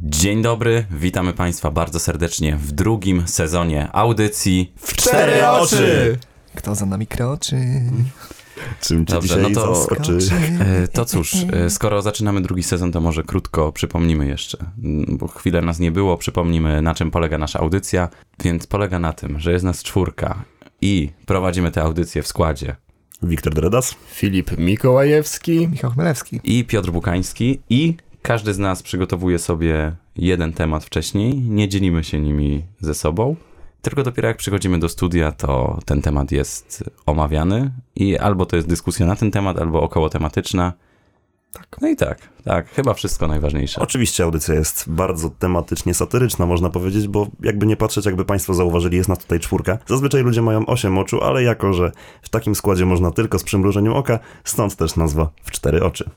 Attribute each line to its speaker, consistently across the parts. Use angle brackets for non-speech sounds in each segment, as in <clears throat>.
Speaker 1: Dzień dobry, witamy Państwa bardzo serdecznie w drugim sezonie audycji w
Speaker 2: Cztery oczy!
Speaker 3: Kto za nami kroczy?
Speaker 2: Czym cię
Speaker 1: Dobrze,
Speaker 2: dzisiaj
Speaker 1: no to-
Speaker 2: zaskoczy?
Speaker 3: <laughs>
Speaker 1: E, To cóż, e, skoro zaczynamy drugi sezon, to może krótko przypomnimy jeszcze, m, bo chwilę nas nie było, przypomnimy na czym polega nasza audycja, więc polega na tym, że jest nas czwórka i prowadzimy tę audycję w składzie
Speaker 2: Wiktor Dredas?
Speaker 4: Filip Mikołajewski.
Speaker 3: Michał Chmielewski.
Speaker 1: i Piotr Bukański i każdy z nas przygotowuje sobie jeden temat wcześniej, nie dzielimy się nimi ze sobą, tylko dopiero jak przychodzimy do studia, to ten temat jest omawiany i albo to jest dyskusja na ten temat, albo około tematyczna. No i tak, tak, chyba wszystko najważniejsze.
Speaker 2: Oczywiście audycja jest bardzo tematycznie satyryczna, można powiedzieć, bo jakby nie patrzeć, jakby Państwo zauważyli, jest nas tutaj czwórka. Zazwyczaj ludzie mają osiem oczu, ale jako, że w takim składzie można tylko z przymrużeniem oka, stąd też nazwa w cztery oczy.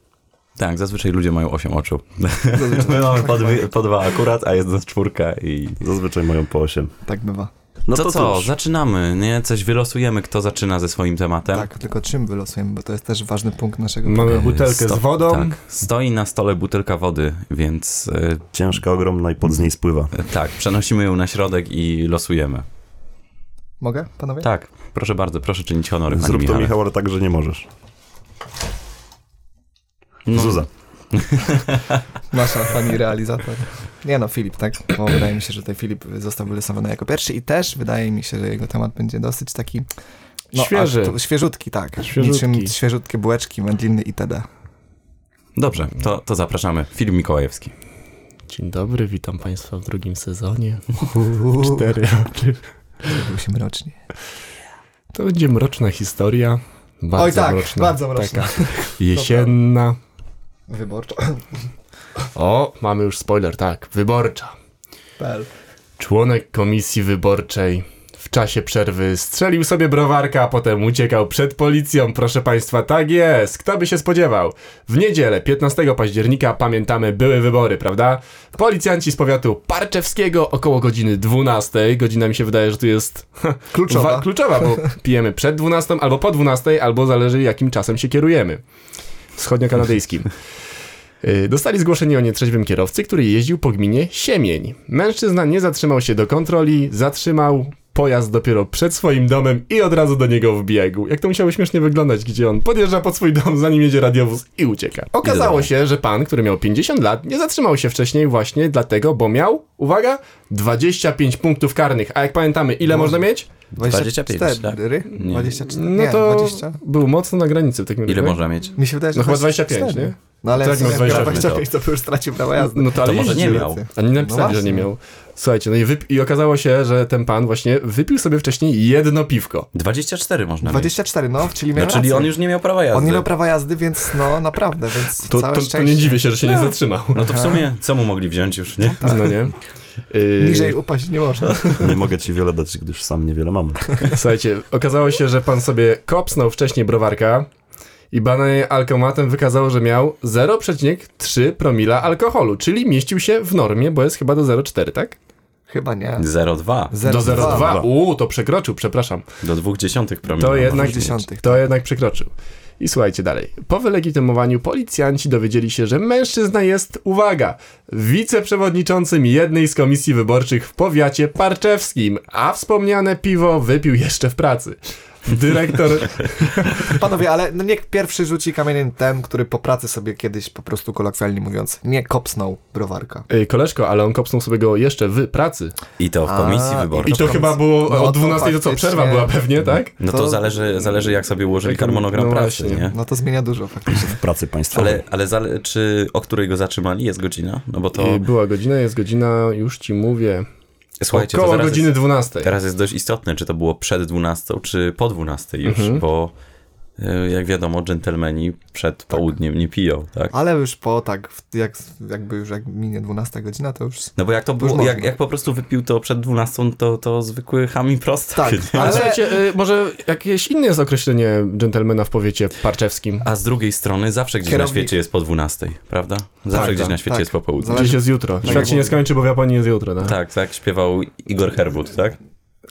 Speaker 1: Tak, zazwyczaj ludzie mają 8 oczu. My <laughs> mamy po, dwie, po dwa akurat, a jest nas czwórka i...
Speaker 2: Zazwyczaj mają po osiem.
Speaker 3: Tak bywa.
Speaker 2: No
Speaker 1: to, co,
Speaker 2: cóż,
Speaker 1: zaczynamy, nie? Coś wylosujemy, kto zaczyna ze swoim tematem.
Speaker 3: Tak, tylko czym wylosujemy, bo to jest też ważny punkt naszego
Speaker 4: Mamy butelkę
Speaker 1: E, Sto-
Speaker 4: z wodą.
Speaker 1: Tak. Stoi na stole butelka wody, więc e,
Speaker 2: ciężka, ogromna i pod z niej spływa.
Speaker 1: e, tak, przenosimy ją na środek i losujemy.
Speaker 3: Mogę, panowie?
Speaker 1: Tak, proszę bardzo, proszę czynić honory pani
Speaker 2: Zrób to,
Speaker 1: Michale.
Speaker 2: Michał, ale tak, że nie możesz.
Speaker 1: No.
Speaker 2: Zuza.
Speaker 3: Nasza pani realizator. Nie no, Filip, tak? Bo wydaje mi się, że tutaj Filip został wylosowany jako pierwszy i też wydaje mi się, że jego temat będzie dosyć taki... aż
Speaker 4: Świeży.
Speaker 3: to- świeżutki, tak.
Speaker 4: Świeżutki.
Speaker 3: Niczym świeżutkie bułeczki, wędliny itd.
Speaker 1: Dobrze, to, to zapraszamy. Filip Mikołajewski.
Speaker 5: Dzień dobry, witam Państwa w drugim sezonie. <laughs> Cztery oczy.
Speaker 3: Było się mrocznie.
Speaker 5: To będzie mroczna historia. Bardzo
Speaker 3: Oj tak,
Speaker 5: mroczna.
Speaker 3: bardzo mroczna.
Speaker 5: Taka jesienna.
Speaker 3: Wyborczo.
Speaker 5: O, mamy już spoiler, tak. Wyborcza.
Speaker 3: PL.
Speaker 5: Członek komisji wyborczej w czasie przerwy strzelił sobie browarka, a potem uciekał przed policją. Proszę Państwa, tak jest. Kto by się spodziewał? W niedzielę, 15 października, pamiętamy, były wybory, prawda? Policjanci z powiatu Parczewskiego około godziny 12. Godzina mi się wydaje, że tu jest
Speaker 3: Kluczowa.
Speaker 5: Wa- kluczowa, bo pijemy przed 12 albo po 12, albo zależy jakim czasem się kierujemy. Wschodnio-kanadyjskim. Y, Dostali zgłoszenie o nietrzeźwym kierowcy, który jeździł po gminie Siemień. Mężczyzna nie zatrzymał się do kontroli, zatrzymał pojazd dopiero przed swoim domem i od razu do niego wbiegł. Jak to musiało śmiesznie wyglądać, gdzie on podjeżdża pod swój dom, zanim jedzie radiowóz i ucieka. Okazało się, że pan, który miał 50 lat, nie zatrzymał się wcześniej właśnie dlatego, bo miał, uwaga, 25 punktów karnych. A jak pamiętamy, ile można mieć?
Speaker 1: 25,
Speaker 3: 24?
Speaker 1: Nie.
Speaker 3: 24?
Speaker 5: No
Speaker 3: tak? Nie,
Speaker 5: to
Speaker 3: 20?
Speaker 5: był mocno na granicy w takim razie.
Speaker 1: Ile można mieć?
Speaker 3: Mi się wydaje, że
Speaker 5: No chyba
Speaker 3: 24.
Speaker 5: 25, nie?
Speaker 3: No ale
Speaker 5: Tak,
Speaker 3: jak
Speaker 5: no
Speaker 3: miał
Speaker 5: 25,
Speaker 3: 25 to by już stracił prawo jazdy.
Speaker 5: No to, ale
Speaker 1: To może
Speaker 5: jeździł.
Speaker 1: nie miał.
Speaker 5: Ani nie
Speaker 3: No
Speaker 5: napisali,
Speaker 3: właśnie.
Speaker 5: że nie miał. Słuchajcie, no i, wyp- i okazało się, że ten pan właśnie wypił sobie wcześniej jedno piwko.
Speaker 1: 24 można
Speaker 3: 24, no, czyli miał
Speaker 1: mieć. No, czyli
Speaker 3: rację.
Speaker 1: on już nie miał prawa jazdy.
Speaker 3: On nie miał prawa jazdy, więc no naprawdę, więc
Speaker 5: To,
Speaker 3: całe
Speaker 5: to, to
Speaker 3: szczęście.
Speaker 5: nie dziwię się, że się nie zatrzymał.
Speaker 1: No to w sumie, co mu mogli wziąć już, nie?
Speaker 3: <laughs>
Speaker 5: No nie. Yy,
Speaker 3: Tak. Niżej upaść nie można.
Speaker 2: Nie mogę ci wiele dać, gdyż sam niewiele mam.
Speaker 5: Słuchajcie, okazało się, że pan sobie kopsnął wcześniej browarka i badanie alkomatem wykazało, że miał 0,3 promila alkoholu, czyli mieścił się w normie, bo jest chyba do 0,4, tak?
Speaker 3: <laughs> Chyba nie.
Speaker 1: 0,2
Speaker 5: Do
Speaker 3: Zero dwa. no,
Speaker 5: 0,2. Uuu, to przekroczył, przepraszam.
Speaker 1: do 2,1 promila.
Speaker 5: To jednak,
Speaker 1: możesz mieć.
Speaker 3: dziesiątych.
Speaker 5: to jednak przekroczył. I słuchajcie dalej. Po wylegitymowaniu policjanci dowiedzieli się, że mężczyzna jest, uwaga, wiceprzewodniczącym jednej z komisji wyborczych w powiacie parczewskim, a wspomniane piwo wypił jeszcze w pracy. <laughs> Dyrektor,
Speaker 3: Panowie, ale no niech pierwszy rzuci kamieniem ten, który po pracy sobie kiedyś po prostu kolokwialnie mówiąc, nie kopsnął browarka.
Speaker 5: Ej, y, koleżko, ale on kopsnął sobie go jeszcze w pracy.
Speaker 1: I to w komisji
Speaker 3: A,
Speaker 5: I
Speaker 1: wyborczej.
Speaker 5: to chyba było
Speaker 3: No to
Speaker 5: o 12 to co,
Speaker 3: faktycznie-
Speaker 5: przerwa była pewnie, tak?
Speaker 1: No to
Speaker 3: to-
Speaker 1: zależy, zależy jak sobie ułożyli
Speaker 5: Tak,
Speaker 1: harmonogram
Speaker 5: no
Speaker 1: pracy,
Speaker 5: właśnie.
Speaker 1: nie?
Speaker 3: No to zmienia dużo faktycznie.
Speaker 2: W pracy państwowej.
Speaker 1: Ale, ale zale- czy o której go zatrzymali? Jest godzina? No bo to.
Speaker 5: I była godzina, jest godzina, już ci mówię,
Speaker 1: Słuchajcie, to
Speaker 5: około
Speaker 1: zaraz
Speaker 5: godziny
Speaker 1: jest,
Speaker 5: 12.
Speaker 1: teraz jest dość istotne, czy to było przed 12, czy po 12 już,
Speaker 3: Mhm.
Speaker 1: bo y, jak wiadomo, dżentelmeni przed
Speaker 3: Tak.
Speaker 1: południem nie piją, tak?
Speaker 3: Ale już po tak, w- jak, jakby już jak minie 12 godzina, to już...
Speaker 1: No bo jak to
Speaker 3: Już
Speaker 1: było,
Speaker 3: można.
Speaker 1: jak, jak po prostu wypił to przed 12, to, to zwykły chami prosty.
Speaker 5: <laughs>
Speaker 3: Tak,
Speaker 1: nie?
Speaker 5: Ale
Speaker 3: ale...
Speaker 5: słuchajcie, y, może jakieś inne jest określenie dżentelmena w powiecie parczewskim.
Speaker 1: A z drugiej strony zawsze gdzieś
Speaker 3: Kierownik.
Speaker 1: na świecie jest po 12, prawda? Zawsze
Speaker 3: Tak,
Speaker 1: gdzieś
Speaker 3: tak,
Speaker 1: na świecie
Speaker 3: tak.
Speaker 1: jest po południu.
Speaker 3: Zale-
Speaker 5: Gdzieś jest jutro. Świat się nie skończy, bo w Japonii jest jutro, tak?
Speaker 1: Tak, tak, śpiewał Igor Herbut, tak?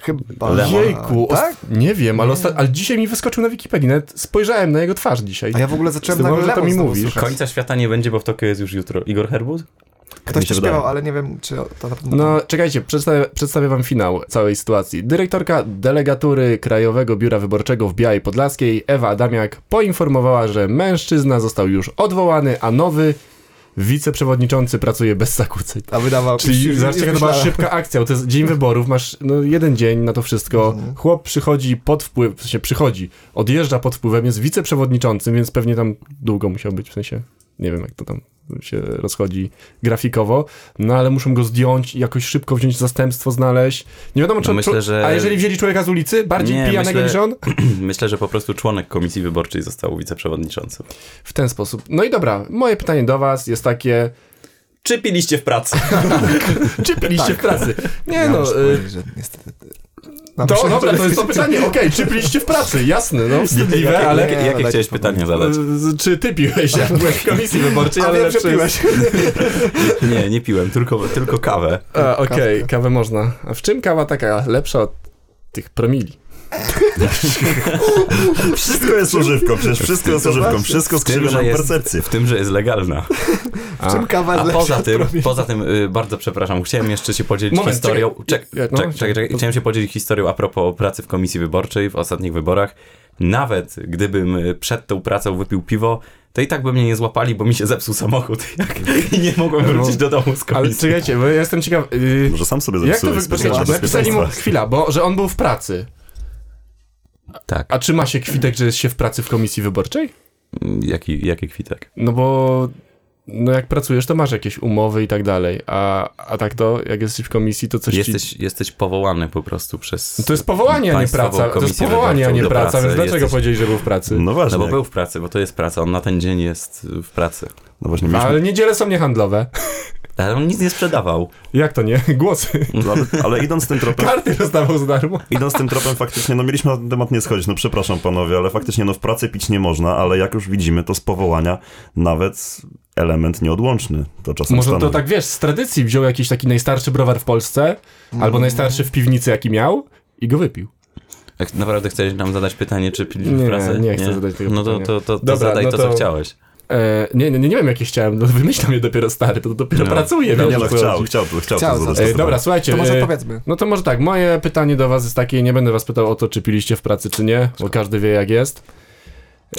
Speaker 3: Chyba...
Speaker 1: Lemon.
Speaker 5: Jejku, ost-
Speaker 3: tak?
Speaker 5: nie wiem, ale, osta- ale dzisiaj mi wyskoczył na Wikipedii, nawet spojrzałem na jego twarz dzisiaj.
Speaker 3: A ja w ogóle zacząłem
Speaker 5: Z tym,
Speaker 3: nagle
Speaker 5: że to
Speaker 3: lemon
Speaker 5: mi
Speaker 3: znowu
Speaker 5: mówisz.
Speaker 3: słuchać.
Speaker 1: Końca świata nie będzie, bo w Tokio jest już jutro. Igor Herbut? <clears throat>
Speaker 3: Ktoś
Speaker 2: Tak
Speaker 5: Tak
Speaker 2: mi się
Speaker 3: to śpiewał,
Speaker 2: wydaje.
Speaker 3: ale nie wiem, czy to na pewno...
Speaker 5: No, czekajcie, przedstawię, przedstawię wam finał całej sytuacji. Dyrektorka Delegatury Krajowego Biura Wyborczego w Białej Podlaskiej, Ewa Adamiak, poinformowała, że mężczyzna został już odwołany, a nowy wiceprzewodniczący pracuje bez zakłóceń.
Speaker 3: A wydawał...
Speaker 5: Czyli zobaczcie, jaka to była szybka akcja, bo to jest dzień wyborów, masz no, jeden dzień na to wszystko.
Speaker 3: Mhm.
Speaker 5: Chłop przychodzi pod wpływ, w sensie przychodzi, odjeżdża pod wpływem, jest wiceprzewodniczącym, więc pewnie tam długo musiał być, w sensie, nie wiem jak to tam się rozchodzi grafikowo, no ale muszą go zdjąć, jakoś szybko wziąć zastępstwo, znaleźć. Nie wiadomo, czy...
Speaker 1: No myślę, że-
Speaker 5: A jeżeli wzięli człowieka z ulicy, bardziej
Speaker 1: Nie,
Speaker 5: pijanego
Speaker 1: myślę-
Speaker 5: niż on?
Speaker 1: Myślę, że po prostu członek komisji wyborczej został wiceprzewodniczącym.
Speaker 5: W ten sposób. No i dobra, moje pytanie do was jest takie,
Speaker 1: Czy piliście w pracy?
Speaker 5: czy piliście w pracy? Nie
Speaker 3: <laughs> Ja
Speaker 5: no,
Speaker 3: muszę
Speaker 5: y,
Speaker 3: powiedzieć, że niestety... No,
Speaker 5: To,
Speaker 3: myślę, że-
Speaker 5: dobra, to jest to
Speaker 3: <laughs>
Speaker 5: pytanie. Okej, czy piliście w pracy? Jasne, no, wstydliwe, ale...
Speaker 1: Jakie,
Speaker 3: Nie,
Speaker 1: jakie
Speaker 3: dajcie
Speaker 1: chciałeś
Speaker 3: spokój.
Speaker 1: pytanie zadać?
Speaker 5: Z- Czy ty piłeś? Ja byłem w komisji wyborczej,
Speaker 3: A
Speaker 5: ale
Speaker 3: wiem, że
Speaker 5: lepsze jest-
Speaker 1: Nie, nie piłem, tylko, tylko kawę.
Speaker 5: A, Okej, kawę można. A w czym kawa taka lepsza od tych promili?
Speaker 2: <laughs> Wszystko jest używką, przecież wszystko jest używką, wszystko
Speaker 1: Z tym,
Speaker 2: skrzywia
Speaker 1: że
Speaker 2: nam
Speaker 1: jest-
Speaker 2: percepcję.
Speaker 1: W tym, że jest legalna.
Speaker 3: <laughs>
Speaker 5: A,
Speaker 3: Czym kawa
Speaker 1: A
Speaker 3: jest lepsza
Speaker 1: poza
Speaker 3: od
Speaker 1: tym,
Speaker 3: promili?
Speaker 1: poza tym y, bardzo przepraszam, chciałem jeszcze się podzielić
Speaker 5: Moment,
Speaker 1: historią. Czek,
Speaker 5: Ja-
Speaker 1: czek,
Speaker 5: no,
Speaker 1: czek, czek,
Speaker 5: to-
Speaker 1: Chciałem się podzielić historią a propos pracy w komisji wyborczej w ostatnich wyborach. Nawet gdybym y, przed tą pracą wypił piwo, to i tak by mnie nie złapali, bo mi się zepsuł samochód <laughs> jak, i nie mogłem wrócić do domu z
Speaker 5: No. ale
Speaker 1: komisji.
Speaker 5: czekajcie, bo ja jestem ciekaw... Yy,
Speaker 2: Może sam sobie
Speaker 5: jak to
Speaker 2: zepsułeś
Speaker 5: wygląda?
Speaker 2: specjalne
Speaker 5: Napisali mu
Speaker 2: bezpieczeństwo.
Speaker 5: chwila, bo że on był w pracy.
Speaker 1: Tak.
Speaker 5: A czy ma się kwitek, że jest się w pracy w komisji wyborczej?
Speaker 1: mm, Jaki, jaki kwitek?
Speaker 5: No bo... No jak pracujesz, to masz jakieś umowy i tak dalej, a, a tak to, jak jesteś w komisji, to coś ci...
Speaker 1: Jesteś, jesteś powołany po prostu przez.
Speaker 5: No To jest powołanie, a nie
Speaker 1: Państwową
Speaker 5: praca. To jest
Speaker 1: Komisję
Speaker 5: powołanie, a
Speaker 1: Wyborczą
Speaker 5: nie
Speaker 1: do
Speaker 5: praca,
Speaker 1: pracy.
Speaker 5: więc dlaczego
Speaker 1: Jesteś-
Speaker 5: powiedzieli, że był w pracy?
Speaker 2: No
Speaker 1: No
Speaker 2: właśnie,
Speaker 1: bo był w pracy, bo to jest praca, on na ten dzień jest w pracy.
Speaker 2: no właśnie
Speaker 5: No,
Speaker 2: mieliśmy,
Speaker 5: ale niedziele są niehandlowe.
Speaker 1: Ale on nic nie sprzedawał.
Speaker 5: Jak to nie? <laughs> Głosy.
Speaker 1: No.
Speaker 2: ale, ale idąc
Speaker 1: <laughs>
Speaker 2: tym tropem,
Speaker 5: Karty rozdawał za darmo.
Speaker 2: idąc tym tropem faktycznie, no mieliśmy na ten temat nie schodzić, no przepraszam panowie, ale faktycznie no w pracy pić nie można, ale jak już widzimy, to z powołania nawet element nieodłączny to czasem
Speaker 5: Może to
Speaker 2: stanowi.
Speaker 5: tak, wiesz, z tradycji wziął jakiś taki najstarszy browar w Polsce,
Speaker 1: Mm.
Speaker 5: albo najstarszy w piwnicy, jaki miał i go wypił.
Speaker 1: Jak naprawdę chciałeś nam zadać pytanie, czy pili w
Speaker 5: Nie,
Speaker 1: pracy?
Speaker 5: nie chcę zadać tego
Speaker 1: No to,
Speaker 5: pytania.
Speaker 1: to, to, to
Speaker 5: Dobra,
Speaker 1: zadaj
Speaker 5: no
Speaker 1: to,
Speaker 5: to-
Speaker 1: co chciałeś.
Speaker 5: E, nie, nie, nie wiem, jakie chciałem, no, wymyślam je dopiero stary, to dopiero
Speaker 1: No.
Speaker 5: pracuję.
Speaker 2: Nie,
Speaker 5: wiesz,
Speaker 2: no
Speaker 5: o co
Speaker 2: chciał,
Speaker 5: chodzi.
Speaker 2: chciał, to- chciał,
Speaker 3: Chciał
Speaker 2: to zadać.
Speaker 3: zadać.
Speaker 5: E, dobra, słuchajcie.
Speaker 3: To może
Speaker 5: e,
Speaker 3: powiedzmy.
Speaker 5: No to może tak, moje pytanie do was jest takie, nie będę was pytał o to, czy piliście w pracy, czy nie, bo każdy wie, jak jest.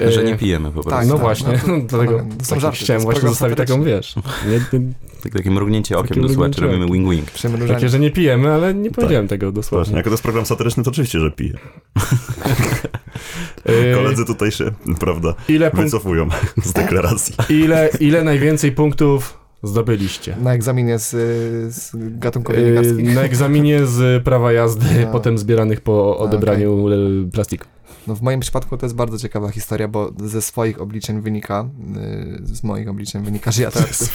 Speaker 5: E,
Speaker 1: Że nie pijemy po prostu.
Speaker 5: no
Speaker 3: Tak,
Speaker 5: właśnie,
Speaker 3: no to-
Speaker 5: no, <laughs> dlatego
Speaker 3: to są
Speaker 5: taki
Speaker 3: żarty, to
Speaker 5: chciałem
Speaker 3: jest
Speaker 5: właśnie
Speaker 3: program
Speaker 5: zostawić
Speaker 3: <laughs>
Speaker 5: taką, wiesz, nie, nie,
Speaker 1: Tak, takie mrugnięcie okiem
Speaker 5: Takie
Speaker 1: do słuchaczy,
Speaker 5: mrugnięcie
Speaker 1: robimy wing-wing.
Speaker 3: Przymrużenie.
Speaker 5: takie, że nie pijemy, ale
Speaker 3: Tak.
Speaker 5: nie powiedziałem tego dosłownie.
Speaker 2: Właśnie, jako to jest program satyryczny, to oczywiście, że pije.
Speaker 5: E,
Speaker 2: Koledzy tutaj się, <laughs> prawda,
Speaker 3: <laughs>
Speaker 5: ile, punkt,
Speaker 2: wycofują <laughs> z deklaracji.
Speaker 5: ile, ile najwięcej punktów zdobyliście?
Speaker 3: Na egzaminie z, y, z gatunkowej
Speaker 5: E,
Speaker 3: lekarskiej.
Speaker 5: Na egzaminie z prawa jazdy,
Speaker 3: <laughs> A.
Speaker 5: potem zbieranych
Speaker 3: Tak,
Speaker 5: po odebraniu e,
Speaker 3: <laughs>
Speaker 5: plastiku.
Speaker 3: No w moim przypadku to jest bardzo ciekawa historia, bo ze swoich obliczeń wynika, y, z moich obliczeń wynika,
Speaker 5: <laughs>
Speaker 3: że ja, teoretycznie,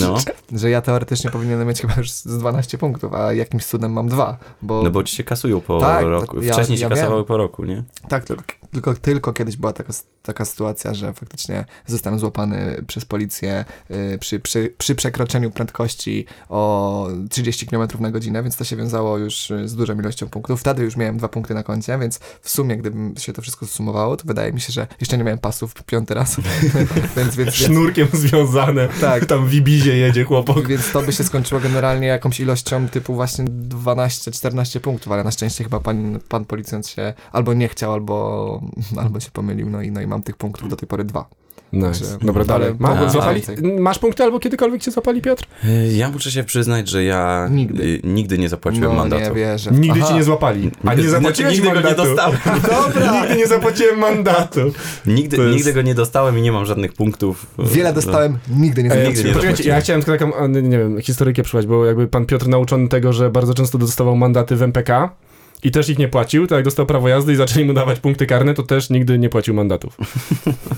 Speaker 1: No,
Speaker 3: że ja teoretycznie powinienem mieć chyba już z 12 punktów, a jakimś cudem mam dwa, bo,
Speaker 1: no bo ci się kasują po
Speaker 3: Tak,
Speaker 1: roku.
Speaker 3: tak, ja-
Speaker 1: Wcześniej
Speaker 3: ja
Speaker 1: się
Speaker 3: wiem.
Speaker 1: kasowały po roku, nie?
Speaker 3: tak, tylko, tylko, tylko kiedyś była taka, taka sytuacja, że faktycznie zostałem złapany przez policję y, przy, przy, przy przekroczeniu prędkości o 30 km na godzinę, więc to się wiązało już y, z dużą ilością punktów. Wtedy już miałem dwa punkty na koncie, więc w sumie, gdybym się to wszystko zsumowało, to wydaje mi się, że jeszcze nie miałem pasów piąty raz, <laughs> więc, więc, więc
Speaker 5: Sznurkiem związane,
Speaker 3: Tak.
Speaker 5: tam w Ibizie jedzie chłopak.
Speaker 3: Więc to by się skończyło generalnie jakąś ilością typu właśnie 12-14 punktów, ale na szczęście chyba pan, pan policjant się albo nie chciał, albo, albo się pomylił, no i, no i mam tych punktów do tej pory dwa.
Speaker 5: Nice.
Speaker 3: Że-
Speaker 5: Dobra,
Speaker 3: Ale
Speaker 5: dalej.
Speaker 3: mogłem
Speaker 5: Ma, złapali,
Speaker 3: Tak, więcej.
Speaker 5: masz punkty albo kiedykolwiek cię zapali, Piotr?
Speaker 1: Y, Ja muszę się przyznać, że ja
Speaker 3: Nigdy.
Speaker 1: y, nigdy nie zapłaciłem
Speaker 3: no
Speaker 1: mandatu.
Speaker 3: nie wierzę.
Speaker 5: Nigdy
Speaker 3: Aha.
Speaker 5: cię nie złapali. A nie
Speaker 1: Znaczy,
Speaker 5: zapłaciłeś
Speaker 1: nigdy go nie
Speaker 5: mandatu.
Speaker 1: dostałem.
Speaker 5: <laughs> Dobra. Nigdy nie zapłaciłem mandatu.
Speaker 1: Nigdy,
Speaker 5: To jest-
Speaker 1: nigdy go nie dostałem i nie mam żadnych punktów. e,
Speaker 3: Wiele dostałem, nigdy nie
Speaker 5: E,
Speaker 1: nigdy nie
Speaker 3: zapłaciłem.
Speaker 5: Poczekajcie, ja chciałem tylko taką, a, nie nie wiem, historykę przywołać, bo jakby pan Piotr nauczony tego, że bardzo często dostawał mandaty w MPK i też ich nie płacił, to jak dostał prawo jazdy i zaczęli mu dawać punkty karne, to też nigdy nie płacił mandatów.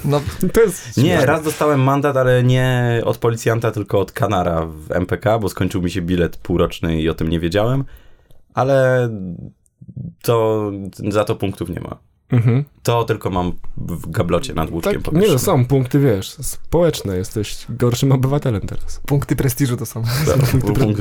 Speaker 3: No,
Speaker 5: To jest...
Speaker 1: Nie, raz dostałem mandat, ale nie od policjanta, tylko od kanara w MPK, bo skończył mi się bilet półroczny i o tym nie wiedziałem, ale to za to punktów nie ma.
Speaker 5: Mhm.
Speaker 1: To tylko mam w gablocie nad łóżkiem
Speaker 5: Tak, nie, no, są punkty, wiesz, społeczne, jesteś gorszym obywatelem teraz.
Speaker 3: punkty prestiżu to są.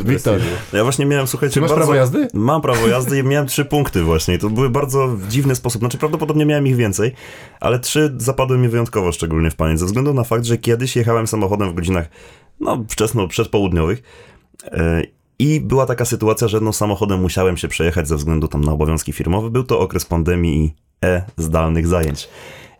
Speaker 5: Wiktor,
Speaker 2: No Ja właśnie miałem, słuchajcie,
Speaker 5: czy masz
Speaker 2: bardzo...
Speaker 5: prawo jazdy?
Speaker 2: Mam prawo jazdy i miałem trzy punkty właśnie. I to były bardzo w dziwny sposób. Znaczy prawdopodobnie miałem ich więcej, ale trzy zapadły mi wyjątkowo, szczególnie w pamięć, ze względu na fakt, że kiedyś jechałem samochodem w godzinach no wczesno, przedpołudniowych. E, I była taka sytuacja, że no, samochodem musiałem się przejechać ze względu tam na obowiązki firmowe. Był to okres pandemii i e zdalnych zajęć.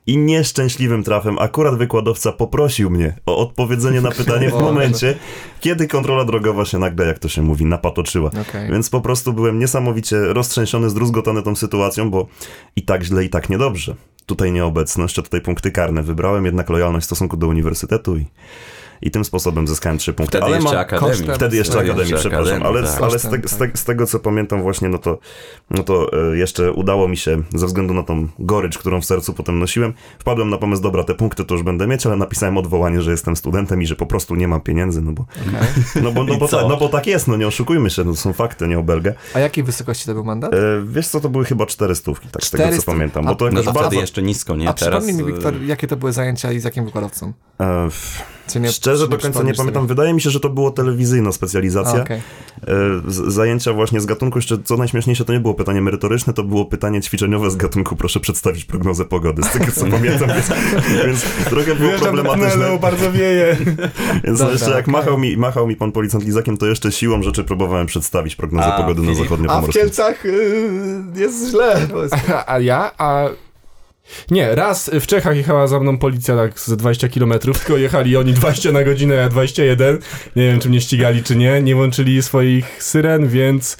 Speaker 2: I nieszczęśliwym trafem akurat wykładowca poprosił mnie o odpowiedzenie na pytanie w
Speaker 3: Boże.
Speaker 2: momencie, kiedy kontrola drogowa się nagle, jak to się mówi, napatoczyła.
Speaker 3: Okej.
Speaker 2: Więc po prostu byłem niesamowicie roztrzęsiony, zdruzgotany tą sytuacją, bo i tak źle, i tak niedobrze. Tutaj nieobecność, a tutaj punkty karne. Wybrałem jednak lojalność w stosunku do uniwersytetu i, i tym sposobem zyskałem trzy punkty.
Speaker 1: Wtedy
Speaker 2: ale
Speaker 1: jeszcze
Speaker 2: mam-
Speaker 1: akademii.
Speaker 3: kosztem-
Speaker 2: Wtedy jeszcze
Speaker 1: Wtedy
Speaker 2: Akademii,
Speaker 1: jeszcze
Speaker 2: przepraszam,
Speaker 1: akademii,
Speaker 2: ale,
Speaker 1: tak.
Speaker 2: ale z, te, z, te, z tego co pamiętam właśnie, no to, no to e, jeszcze udało mi się, ze względu na tą gorycz, którą w sercu potem nosiłem, wpadłem na pomysł, dobra, te punkty to już będę mieć, ale napisałem odwołanie, że jestem studentem i że po prostu nie mam pieniędzy, no bo, no bo, no
Speaker 1: I
Speaker 2: bo,
Speaker 1: co?
Speaker 2: ta, no bo tak jest, no nie oszukujmy się, no to są fakty, nie obelga.
Speaker 3: A jakiej wysokości to był mandat?
Speaker 2: E, wiesz co, to były chyba cztery stówki, tak z tego co
Speaker 3: 400.
Speaker 2: pamiętam,
Speaker 3: A-
Speaker 2: bo to
Speaker 1: No
Speaker 2: jakoś
Speaker 1: to
Speaker 2: bardzo...
Speaker 1: wtedy jeszcze nisko, nie?
Speaker 3: A
Speaker 1: Teraz
Speaker 3: przypomnij mi,
Speaker 1: e,
Speaker 3: Wiktor, jakie to były zajęcia i z jakim wykładowcą?
Speaker 2: E, w-
Speaker 3: Czy nie-
Speaker 2: Szczerze
Speaker 3: czy
Speaker 2: do końca nie
Speaker 3: przypomnisz
Speaker 2: pamiętam,
Speaker 3: sobie?
Speaker 2: wydaje mi się, że to było telewizyjna specjalizacja.
Speaker 3: A, okej.
Speaker 2: E, z- zajęcia właśnie z gatunku, jeszcze co najśmieszniejsze, to nie było pytanie merytoryczne, to było pytanie ćwiczeniowe z gatunku, proszę przedstawić prognozę pogody, z tego
Speaker 5: <laughs>
Speaker 2: co pamiętam, więc, więc trochę było problematyczne.
Speaker 5: bardzo wieje.
Speaker 2: Więc
Speaker 3: Dobra,
Speaker 2: jeszcze jak
Speaker 3: okej.
Speaker 2: machał, mi, machał mi pan policjant Lizakiem, to jeszcze siłą rzeczy próbowałem przedstawić prognozę
Speaker 1: A,
Speaker 2: pogody na
Speaker 1: Filip,
Speaker 2: zachodnie
Speaker 5: A w
Speaker 2: pomorskim.
Speaker 5: Kielcach y, jest źle. <laughs> A ja? A... Nie, raz w Czechach jechała za mną policja tak z 20 km, tylko jechali oni 20 na godzinę, a ja 21. Nie wiem, czy mnie ścigali, czy nie. Nie włączyli swoich syren, więc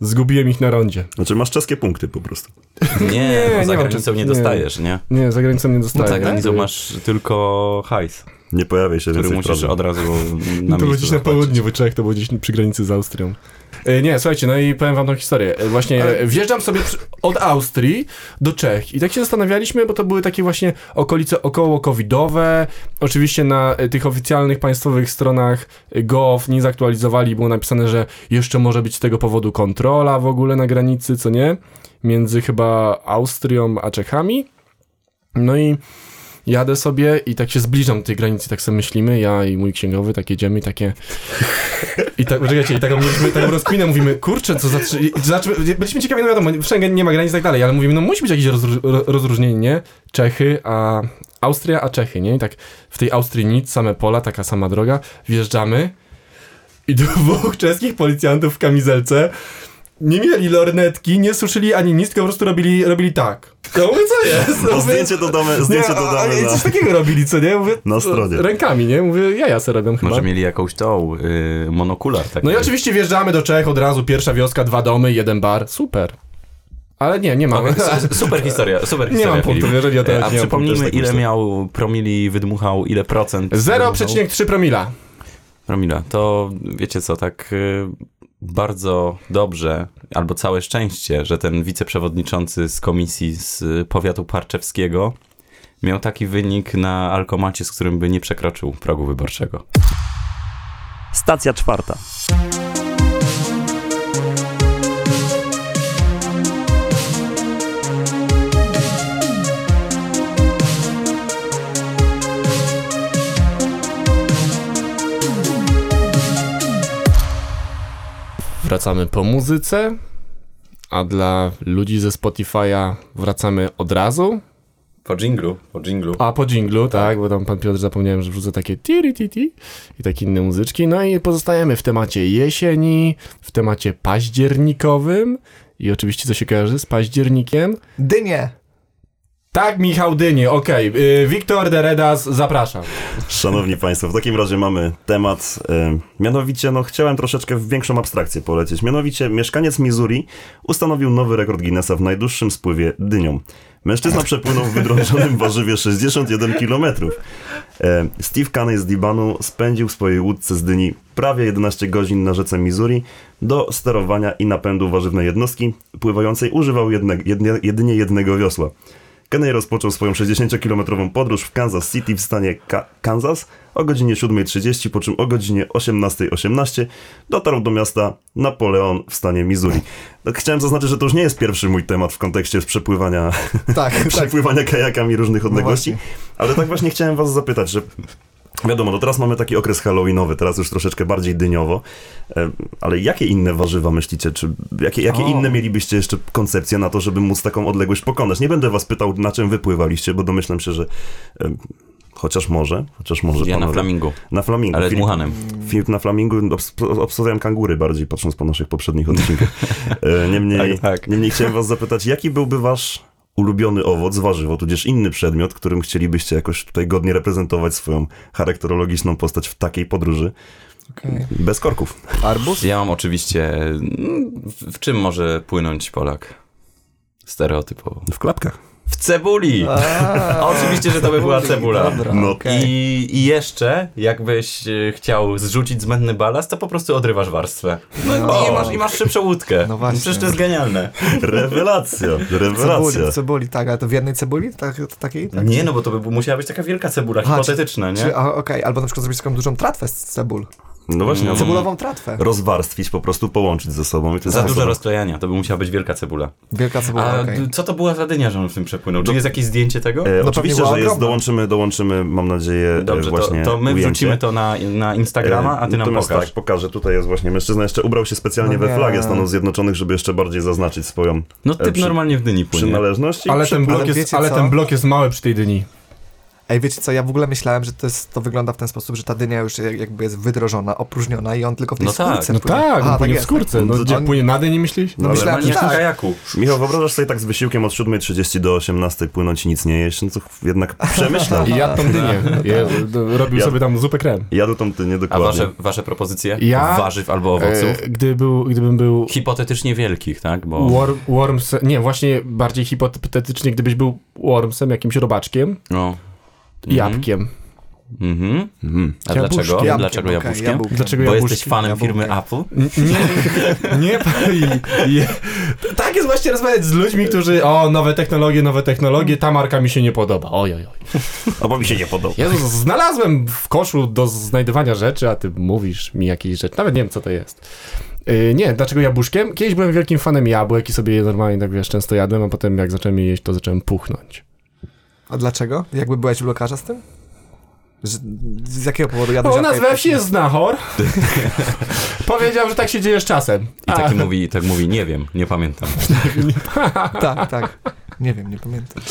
Speaker 5: zgubiłem ich na rondzie.
Speaker 2: Znaczy masz czeskie punkty po prostu.
Speaker 1: <laughs> Nie,
Speaker 5: Nie,
Speaker 1: nie za
Speaker 5: nie mam
Speaker 1: granicą
Speaker 5: czy-
Speaker 1: nie
Speaker 5: nie. Tak,
Speaker 1: dostajesz, nie?
Speaker 5: Nie, za granicą nie
Speaker 1: No
Speaker 5: dostałem.
Speaker 1: za granicą masz tylko hajs,
Speaker 2: Nie pojawia się
Speaker 1: który
Speaker 2: więcej
Speaker 1: musisz
Speaker 2: problem.
Speaker 1: od razu na
Speaker 5: No to było
Speaker 1: miejscu
Speaker 5: gdzieś na
Speaker 1: zapłacić.
Speaker 5: południu, bo Czech to było gdzieś przy granicy z Austrią. E, Nie, słuchajcie, no i powiem wam tą historię. E, Właśnie e, wjeżdżam sobie przy- od Austrii do Czech i tak się zastanawialiśmy, bo to były takie właśnie okolice około covidowe. Oczywiście na e, tych oficjalnych państwowych stronach e, gov nie zaktualizowali, było napisane, że jeszcze może być z tego powodu kontrola w ogóle na granicy, co nie? Między chyba Austrią a Czechami. No i jadę sobie i tak się zbliżam do tej granicy, tak sobie myślimy, ja i mój księgowy, tak jedziemy i takie... I tak, poczekajcie, i taką mieliśmy taką rozkminę, mówimy, kurczę, co za... trzy- i Znaczy, byliśmy ciekawi, no wiadomo, w Schengen nie ma granic i tak dalej, ale mówimy, no musi być jakieś rozróż, ro- rozróżnienie, nie? Czechy, a... Austria, a Czechy, nie? I tak w tej Austrii nic, same pola, taka sama droga, wjeżdżamy i dwóch czeskich policjantów w kamizelce nie mieli lornetki, nie suszyli ani nic, tylko po prostu robili, robili tak. Ja mówię, co jest?
Speaker 2: To
Speaker 5: No mówię,
Speaker 2: zdjęcie dodamy, zdjęcie
Speaker 5: nie, a,
Speaker 2: dodamy
Speaker 5: a,
Speaker 2: na...
Speaker 5: coś takiego robili, co nie? Mówię,
Speaker 2: Na stronie.
Speaker 5: Rękami, nie? Mówię, jaja se robią chyba.
Speaker 1: Może mieli jakąś tą y, monokular. Taki.
Speaker 5: No i
Speaker 1: <laughs>
Speaker 5: oczywiście wjeżdżamy do Czech od razu, pierwsza wioska, dwa domy, jeden bar. Super. Ale nie, nie mamy. <laughs>
Speaker 1: Okej, No, su- Super historia, super
Speaker 5: Nie
Speaker 1: historia.
Speaker 5: mam punktów,
Speaker 1: Filip. Y,
Speaker 5: jeżeli ja teraz
Speaker 1: A
Speaker 5: nie mam
Speaker 1: przypomnijmy,
Speaker 2: punktów,
Speaker 1: ile
Speaker 2: tak myślę.
Speaker 1: miał promili, wydmuchał, ile procent. wydmuchał?
Speaker 5: 0,3 promila.
Speaker 1: Promila, to wiecie co, tak y, bardzo dobrze, albo całe szczęście, że ten wiceprzewodniczący z komisji z y, powiatu parczewskiego miał taki wynik na alkomacie, z którym by nie przekroczył progu wyborczego.
Speaker 6: Stacja czwarta.
Speaker 5: Wracamy po muzyce, a dla ludzi ze Spotify'a wracamy od razu.
Speaker 1: Po dżinglu, po dżinglu.
Speaker 5: A po dżinglu, tak, bo tam pan Piotr zapomniałem, że wrzucę takie tiri ti, ti i takie inne muzyczki. No i pozostajemy w temacie jesieni, w temacie październikowym i oczywiście co się kojarzy z październikiem.
Speaker 3: Dynie!
Speaker 5: Tak, Michał Dynie, okej. Y, Wiktor Deredas, zapraszam.
Speaker 2: Szanowni Państwo, w takim razie mamy temat. e, mianowicie, no chciałem troszeczkę w większą abstrakcję polecieć. Mianowicie, mieszkaniec Missouri ustanowił nowy rekord Guinnessa w najdłuższym spływie dynią. Mężczyzna przepłynął w wydrążonym warzywie 61 km. E, Steve Caney z Dibanu spędził w swojej łódce z dyni prawie 11 godzin na rzece Missouri do sterowania i napędu warzywnej jednostki pływającej używał jedne, jedne, jedynie jednego wiosła. Kenny rozpoczął swoją 60-kilometrową podróż w Kansas City w stanie Ka- Kansas o godzinie 7.30, po czym o godzinie 18.18 dotarł do miasta Napoleon w stanie Missouri. No, Chciałem zaznaczyć, że to już nie jest pierwszy mój temat w kontekście przepływania <laughs>
Speaker 3: Tak, tak.
Speaker 2: przepływania kajakami różnych odległości. ale tak właśnie chciałem was zapytać, że wiadomo, no teraz mamy taki okres halloweenowy, teraz już troszeczkę bardziej dyniowo, E, ale jakie inne warzywa myślicie, czy jakie, jakie
Speaker 3: O.
Speaker 2: inne mielibyście jeszcze koncepcje na to, żeby móc taką odległość pokonać? Nie będę was pytał, na czym wypływaliście, bo domyślam się, że e, Chociaż może, chociaż może
Speaker 1: Ja na
Speaker 2: panowie.
Speaker 1: flamingu,
Speaker 2: Na flamingu.
Speaker 1: ale
Speaker 2: Filip,
Speaker 1: dmuchanem.
Speaker 2: Filip na flamingu obs- obsadzałem kangury bardziej, patrząc po naszych poprzednich odcinkach. E, Niemniej,
Speaker 1: Tak, tak.
Speaker 2: niemniej chciałem was zapytać, jaki byłby wasz ulubiony owoc, warzywo, tudzież inny przedmiot, którym chcielibyście jakoś tutaj godnie reprezentować swoją charakterologiczną postać w takiej podróży,
Speaker 3: Okej.
Speaker 2: bez korków.
Speaker 3: Arbuz?
Speaker 1: Ja mam oczywiście... mm, W w czym może płynąć Polak? Stereotypowo.
Speaker 2: W klapkach.
Speaker 1: W cebuli!
Speaker 3: A,
Speaker 1: <laughs> Oczywiście, że to by była cebula.
Speaker 3: Dobra,
Speaker 2: No.
Speaker 3: okej.
Speaker 1: I, I jeszcze, jakbyś e, chciał zrzucić zbędny balast, to po prostu odrywasz warstwę. No,
Speaker 3: No.
Speaker 1: I, masz, i masz szybszą łódkę.
Speaker 3: No właśnie.
Speaker 1: Przecież to jest genialne.
Speaker 2: <laughs> Rewelacja, rewelacja.
Speaker 3: Cebuli, cebuli, tak, a to w jednej cebuli? Tak, to takiej? Tak?
Speaker 1: Nie, no bo to by bu- musiała być taka wielka cebula,
Speaker 3: A,
Speaker 1: hipotetyczna,
Speaker 3: Czy,
Speaker 1: nie?
Speaker 3: a, okej, albo na przykład zrobić taką dużą tratwę z cebul.
Speaker 2: No właśnie,
Speaker 1: Mm.
Speaker 2: albo
Speaker 3: Cebulową tratwę.
Speaker 2: rozwarstwić, po prostu połączyć ze sobą. I to
Speaker 1: Za
Speaker 2: jest
Speaker 1: dużo
Speaker 2: osoba.
Speaker 1: rozklejania, to by musiała być wielka cebula.
Speaker 3: Wielka
Speaker 1: A
Speaker 3: cebula, okej.
Speaker 1: d- co to była za dynia, że on w tym przepłynął? Czy jest jakieś zdjęcie tego?
Speaker 2: E,
Speaker 3: No
Speaker 2: oczywiście,
Speaker 3: pewnie była
Speaker 2: że jest,
Speaker 3: ogromna.
Speaker 2: dołączymy, dołączymy, mam nadzieję, e,
Speaker 1: Dobrze, to,
Speaker 2: właśnie
Speaker 1: to my
Speaker 2: ujęcie.
Speaker 1: wrzucimy to na, na Instagrama, a ty nam
Speaker 2: Natomiast
Speaker 1: pokaż.
Speaker 2: tak, pokażę. Tutaj jest właśnie mężczyzna, jeszcze ubrał się specjalnie
Speaker 3: No
Speaker 2: we
Speaker 3: nie.
Speaker 2: flagę Stanów Zjednoczonych, żeby jeszcze bardziej zaznaczyć swoją
Speaker 1: No typ
Speaker 2: E, przy-
Speaker 1: normalnie w dyni płynie.
Speaker 2: przynależność. i
Speaker 5: Ale,
Speaker 2: przy-
Speaker 5: ten blok,
Speaker 3: ale
Speaker 5: jest,
Speaker 3: wiecie
Speaker 5: ale
Speaker 3: co?
Speaker 5: ten blok jest mały przy tej dyni.
Speaker 3: Ej, wiecie co, ja w ogóle myślałem, że to, jest, to wygląda w ten sposób, że ta dynia już jak- jakby jest wydrożona, opróżniona i on tylko w tej
Speaker 1: No tak,
Speaker 3: skórce
Speaker 5: No
Speaker 3: płynie.
Speaker 5: tak,
Speaker 3: Aha,
Speaker 5: on płynie w
Speaker 3: jest,
Speaker 5: skórce. No
Speaker 2: On-
Speaker 5: gdzie płynie na dyni, myślisz?
Speaker 3: No
Speaker 2: ale
Speaker 3: myślałem, że
Speaker 1: Normalnie w
Speaker 3: tak.
Speaker 1: kajaku.
Speaker 2: Michał, wyobrażasz sobie tak z wysiłkiem od 7.30 do 18.00 płynąć i nic nie jeść? No to
Speaker 3: <laughs>
Speaker 2: jednak przemyślał.
Speaker 5: I jadł tą dynię. Je, robił
Speaker 2: Ja-
Speaker 5: sobie tam zupę krem.
Speaker 2: Jadł tam ty
Speaker 1: A
Speaker 2: niedokładnie.
Speaker 1: wasze, wasze propozycje?
Speaker 5: Ja-
Speaker 1: Warzyw albo owoców?
Speaker 5: E, gdy był, gdybym był
Speaker 1: Hipotetycznie wielkich, tak? Bo...
Speaker 5: worm, wormse, nie, właśnie bardziej hipotetycznie, gdybyś był wormsem, jakimś robaczkiem,
Speaker 1: No.
Speaker 5: i jabłkiem.
Speaker 1: Mhm. A
Speaker 5: Jabłuszki.
Speaker 1: dlaczego?
Speaker 3: Jabłkiem,
Speaker 1: dlaczego
Speaker 3: okej,
Speaker 1: jabłuszkiem?
Speaker 3: jabłkiem.
Speaker 5: Dlaczego
Speaker 1: Bo
Speaker 5: jabłuszki?
Speaker 1: jesteś fanem
Speaker 3: Jabłkiem.
Speaker 1: firmy Apple?
Speaker 5: N- Nie, <laughs> nie, i- je, tak jest właśnie rozmawiać z ludźmi, którzy o, nowe technologie, nowe technologie, ta marka mi się nie podoba, oj, oj, oj.
Speaker 2: A bo mi się nie podoba.
Speaker 5: Jezus, znalazłem w koszu do znajdowania rzeczy, a ty mówisz mi jakieś rzeczy, nawet nie wiem, co to jest. Yy, nie, dlaczego jabłuszkiem? Kiedyś byłem wielkim fanem jabłek i sobie je normalnie tak, wiesz, często jadłem, a potem jak zacząłem je jeść, to zacząłem puchnąć.
Speaker 3: A dlaczego? Jakby byłeś blokarza z tym? Że, z jakiego powodu jadłeś
Speaker 5: O,
Speaker 3: jabłka i
Speaker 5: nazwę wsi
Speaker 3: puchnął?
Speaker 5: jest
Speaker 1: <laughs>
Speaker 5: Znachor. Powiedział, że tak się dzieje z czasem.
Speaker 1: I taki mówi, tak mówi, nie wiem, nie pamiętam.
Speaker 3: Tak, tak. Nie wiem, nie pamiętam.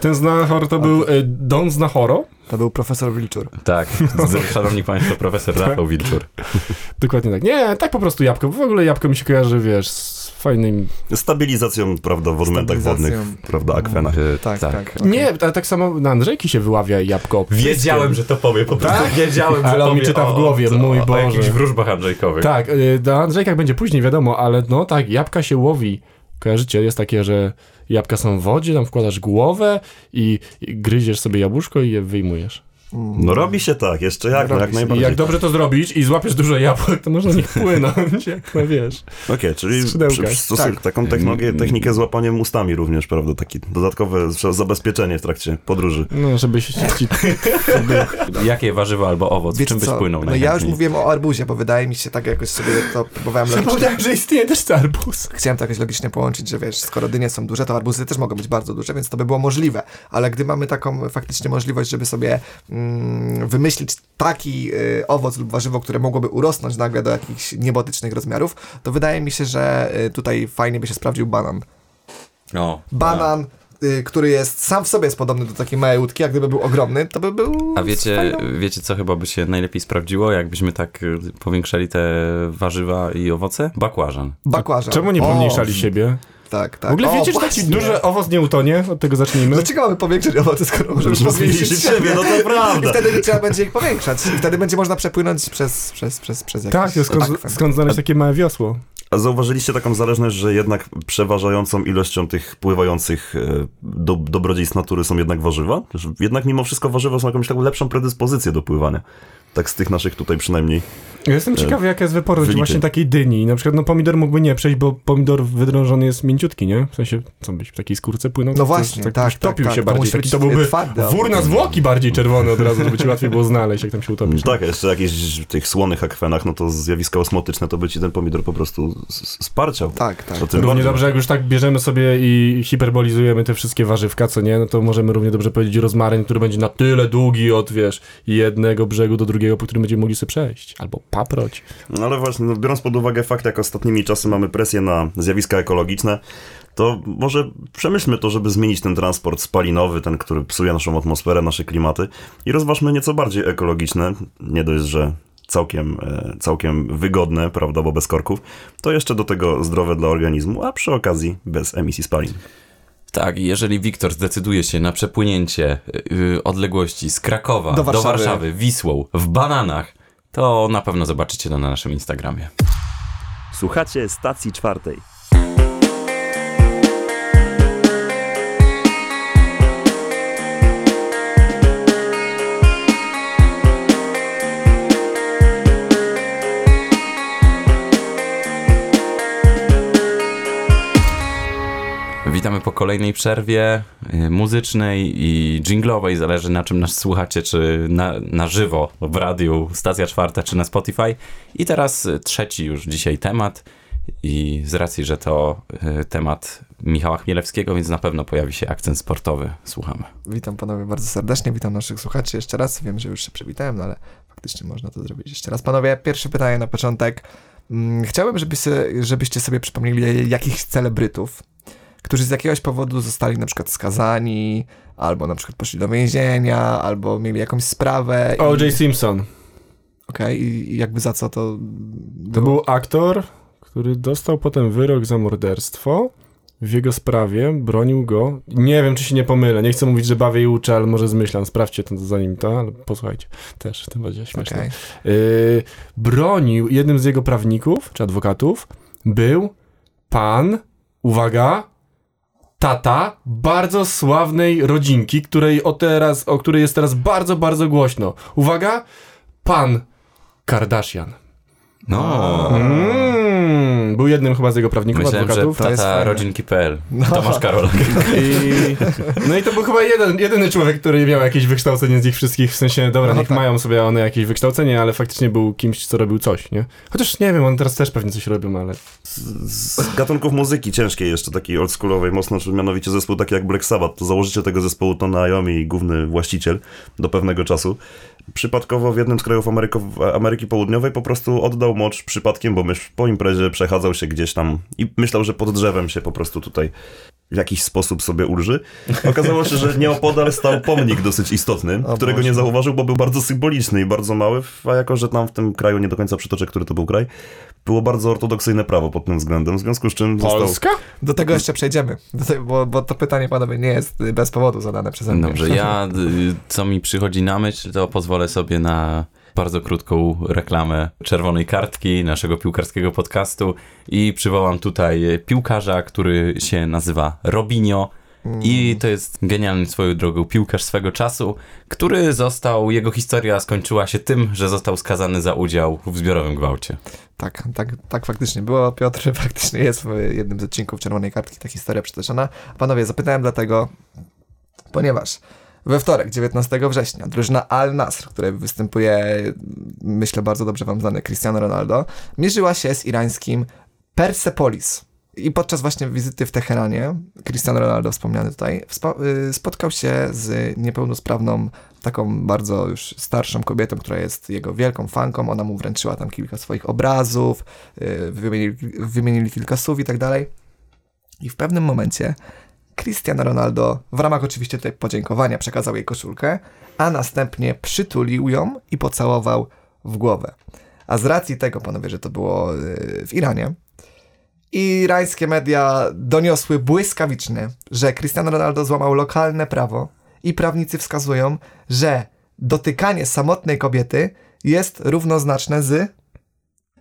Speaker 5: Ten Znachor to był y, Don Znachoro.
Speaker 3: To był profesor Wilczur.
Speaker 1: Tak, z- <laughs> szanowni państwo, profesor Rafał Wilczur.
Speaker 5: Dokładnie tak. Nie, tak po prostu jabłko. W ogóle jabłko mi się kojarzy, wiesz, z fajnym...
Speaker 2: Stabilizacją, prawda, w odmętach
Speaker 3: Stabilizacją.
Speaker 2: wodnych, prawda, akwenach.
Speaker 1: E,
Speaker 3: Tak, tak. tak.
Speaker 5: Nie, ta, tak samo na Andrzejki się wyławia jabłko.
Speaker 1: Wiedziałem, że to powie, po prostu
Speaker 5: Tak?
Speaker 1: wiedziałem, że
Speaker 5: Ale on mi
Speaker 1: powie
Speaker 5: czyta w
Speaker 1: o-
Speaker 5: głowie,
Speaker 1: o,
Speaker 5: mój
Speaker 1: o, O
Speaker 5: Boże.
Speaker 1: jakichś wróżbach Andrzejkowych.
Speaker 5: Tak, y, na Andrzejkach będzie później, wiadomo, ale no tak, jabłka się łowi. Kojarzycie, jest takie, że jabłka są w wodzie, tam wkładasz głowę i, i gryziesz sobie jabłuszko i je wyjmujesz.
Speaker 2: No robi się tak, jeszcze jak, no,
Speaker 3: Robi
Speaker 2: jak
Speaker 3: się.
Speaker 5: I
Speaker 2: najbardziej.
Speaker 5: jak dobrze to zrobić i złapiesz dużo jabłek, to można nie płynąć, <laughs> jak no wiesz.
Speaker 2: Okej, czyli
Speaker 5: Skrzydełka.
Speaker 2: przy, stosuj,
Speaker 3: Tak.
Speaker 2: taką technologię,
Speaker 1: Mm.
Speaker 2: technikę z łapaniem ustami również, prawda, takie dodatkowe z- zabezpieczenie w trakcie podróży.
Speaker 5: No, żeby się ci...
Speaker 1: Jakie warzywo albo owoc?
Speaker 3: Wiecie
Speaker 1: Czym byś
Speaker 3: co?
Speaker 1: płynął
Speaker 3: No ja już
Speaker 1: najchętniej?
Speaker 3: mówiłem o arbuzie, bo wydaje mi się tak jakoś sobie to próbowałem logicznie.
Speaker 5: że istnieje też Starbus.
Speaker 3: Chciałem to jakoś logicznie połączyć, że wiesz, skoro dynie są duże, to arbuzy też mogą być bardzo duże, więc to by było możliwe. Ale gdy mamy taką faktycznie możliwość, żeby sobie mm, wymyślić taki y, owoc lub warzywo, które mogłoby urosnąć nagle do jakichś niebotycznych rozmiarów, to wydaje mi się, że y, tutaj fajnie by się sprawdził banan.
Speaker 1: O,
Speaker 3: Banan, y, który jest sam w sobie jest podobny do takiej małej łódki, a gdyby był ogromny, to by był...
Speaker 1: A wiecie,
Speaker 3: fajną-
Speaker 1: wiecie, co chyba by się najlepiej sprawdziło, jakbyśmy tak y, powiększali te warzywa i owoce? Bakłażan.
Speaker 3: Bakłażan.
Speaker 5: Czemu nie
Speaker 3: O,
Speaker 5: pomniejszali siebie?
Speaker 3: Tak, tak.
Speaker 5: W ogóle
Speaker 3: O,
Speaker 5: wiecie, że taki
Speaker 3: właśnie. Znaczy-
Speaker 5: duży owoc nie utonie? Od tego zacznijmy.
Speaker 3: Dlaczego No mamy powiększyć owoce, skoro możemy
Speaker 2: Zmniejszyć
Speaker 3: pomniejszyć
Speaker 2: siebie, no to
Speaker 3: I
Speaker 2: prawda.
Speaker 3: wtedy nie trzeba będzie ich powiększać. I wtedy będzie można przepłynąć przez, przez, przez, przez jakiś
Speaker 5: Tak, skąd,
Speaker 3: akwen.
Speaker 5: skąd znaleźć takie małe wiosło?
Speaker 2: A zauważyliście taką zależność, że jednak przeważającą ilością tych pływających e, do, dobrodziejstw natury są jednak warzywa? Że Jednak mimo wszystko warzywa są jakąś taką lepszą predyspozycję do pływania. Tak z tych naszych tutaj przynajmniej.
Speaker 5: Ja Jestem ciekawy, jaka jest wyporność
Speaker 2: wyliczy.
Speaker 5: właśnie takiej dyni. Na przykład, no pomidor mógłby nie przejść, bo pomidor wydrążony jest mięciutki, nie? W sensie, co byś w takiej skórce płynął?
Speaker 3: No
Speaker 5: to
Speaker 3: właśnie,
Speaker 5: coś-
Speaker 3: tak,
Speaker 5: byś topił
Speaker 3: tak,
Speaker 5: się
Speaker 3: tak, to
Speaker 5: bardziej.
Speaker 3: musi
Speaker 5: Taki,
Speaker 3: być
Speaker 5: to byłby
Speaker 3: twardy,
Speaker 5: wór na zwłoki bardziej czerwony od razu, żeby ci łatwiej było znaleźć, jak tam się utopisz.
Speaker 2: Tak, a jeszcze jakieś w tych słonych akwenach, no to zjawiska osmotyczne, to by ci ten pomidor po prostu s- s- sparciał.
Speaker 3: Tak, tak.
Speaker 2: To tym
Speaker 5: Równie
Speaker 2: bardziej.
Speaker 5: dobrze, jak już tak bierzemy sobie i hiperbolizujemy te wszystkie warzywka, co nie, no to możemy równie dobrze powiedzieć rozmaryn, który będzie na tyle długi od, wiesz, jednego brzegu do drugiego, po którym będziemy mogli sobie przejść. Albo paproć.
Speaker 2: No ale właśnie, no, biorąc pod uwagę fakt, jak ostatnimi czasy mamy presję na zjawiska ekologiczne, to może przemyślmy to, żeby zmienić ten transport spalinowy, ten, który psuje naszą atmosferę, nasze klimaty i rozważmy nieco bardziej ekologiczne, nie dość, że całkiem, e, całkiem wygodne, prawda, bo bez korków, to jeszcze do tego zdrowe dla organizmu, a przy okazji bez emisji spalin.
Speaker 1: Tak, i jeżeli Wiktor zdecyduje się na przepłynięcie yy, odległości z Krakowa
Speaker 3: Do
Speaker 1: do
Speaker 3: Warszawy.
Speaker 1: Warszawy. Wisłą w bananach, to na pewno zobaczycie to na naszym Instagramie.
Speaker 6: Słuchacie stacji czwartej.
Speaker 1: Witamy po kolejnej przerwie yy, muzycznej i jinglowej, zależy na czym nas słuchacie, czy na, na żywo w radiu Stacja Czwarta, czy na Spotify. I teraz yy, trzeci już dzisiaj temat i z racji, że to yy, temat Michała Chmielewskiego, więc na pewno pojawi się akcent sportowy. Słuchamy.
Speaker 3: Witam panowie bardzo serdecznie, witam naszych słuchaczy jeszcze raz. Wiem, że już się przywitałem, no ale faktycznie można to zrobić jeszcze raz. Panowie, pierwsze pytanie na początek. Mm, Chciałbym, żeby se, żebyście sobie przypomnieli jakichś celebrytów, którzy z jakiegoś powodu zostali na przykład skazani, albo na przykład poszli do więzienia, albo mieli jakąś sprawę. i-
Speaker 5: O.J. Simpson.
Speaker 3: Okej, i i jakby za co to...
Speaker 5: To był aktor, który dostał potem wyrok za morderstwo. W jego sprawie bronił go. Nie wiem, czy się nie pomylę. Nie chcę mówić, że bawię i uczę, ale może zmyślam. Sprawdźcie to zanim to, ale posłuchajcie. Też, to będzie śmieszne.
Speaker 3: Okej.
Speaker 5: Yy, bronił, jednym z jego prawników, czy adwokatów, był pan, uwaga, tata bardzo sławnej rodzinki, której o, teraz, o której jest teraz bardzo, bardzo głośno. Uwaga, pan Kardashian.
Speaker 1: No,
Speaker 5: Mm, był jednym chyba z jego prawników,
Speaker 1: myślałem, że
Speaker 5: adwokatów.
Speaker 3: to jest
Speaker 1: tata
Speaker 3: fajne.
Speaker 1: rodzinki.pl,
Speaker 3: No.
Speaker 1: Tomasz Karolak.
Speaker 5: I, no i to był chyba jeden, jedyny człowiek, który miał jakieś wykształcenie z nich wszystkich, w sensie, dobra,
Speaker 3: No
Speaker 5: niech
Speaker 3: tak.
Speaker 5: mają sobie one jakieś wykształcenie, ale faktycznie był kimś, co robił coś, nie? Chociaż nie wiem, on teraz też pewnie coś robią, ale...
Speaker 2: z gatunków muzyki ciężkiej jeszcze, takiej oldschoolowej mocno, czy mianowicie zespół taki jak Black Sabbath, to założyciel tego zespołu to Naomi i główny właściciel do pewnego czasu. Przypadkowo w jednym z krajów Ameryko- Ameryki Południowej po prostu oddał mocz przypadkiem, bo mysz po imprezie przechadzał się gdzieś tam i myślał, że pod drzewem się po prostu tutaj w jakiś sposób sobie ulży. Okazało się, że nieopodal stał pomnik dosyć istotny,
Speaker 3: O
Speaker 2: którego
Speaker 3: Boże.
Speaker 2: nie zauważył, bo był bardzo symboliczny i bardzo mały, a jako, że tam w tym kraju, nie do końca przytoczę, który to był kraj, było bardzo ortodoksyjne prawo pod tym względem, w związku z czym został...
Speaker 3: Do tego jeszcze przejdziemy, do te, bo, bo to pytanie panowie nie jest y, bez powodu zadane przeze mnie.
Speaker 1: Dobrze, ja y, co mi przychodzi na myśl, to pozwolę sobie na bardzo krótką reklamę czerwonej kartki naszego piłkarskiego podcastu i przywołam tutaj piłkarza, który się nazywa Robinio. I to jest genialny swoją drogą piłkarz swego czasu, który został, jego historia skończyła się tym, że został skazany za udział w zbiorowym gwałcie.
Speaker 3: Tak, tak, tak faktycznie było. Piotr <laughs> faktycznie jest w jednym z odcinków Czerwonej Kartki ta historia przytoczona. Panowie, zapytałem dlatego, ponieważ we wtorek, 19 września, drużyna Al Nasr, w której występuje, myślę, bardzo dobrze wam znany Cristiano Ronaldo, mierzyła się z irańskim Persepolis. I podczas właśnie wizyty w Teheranie, Cristiano Ronaldo wspomniany tutaj, wspo- y, spotkał się z niepełnosprawną, taką bardzo już starszą kobietą, która jest jego wielką fanką. Ona mu wręczyła tam kilka swoich obrazów, y, wymienili, wymienili kilka słów i tak dalej. I w pewnym momencie Cristiano Ronaldo, w ramach oczywiście tej podziękowania, przekazał jej koszulkę, a następnie przytulił ją i pocałował w głowę. A z racji tego, panowie, że to było y, w Iranie, irańskie media doniosły błyskawicznie, że Cristiano Ronaldo złamał lokalne prawo i prawnicy wskazują, że dotykanie samotnej kobiety jest równoznaczne z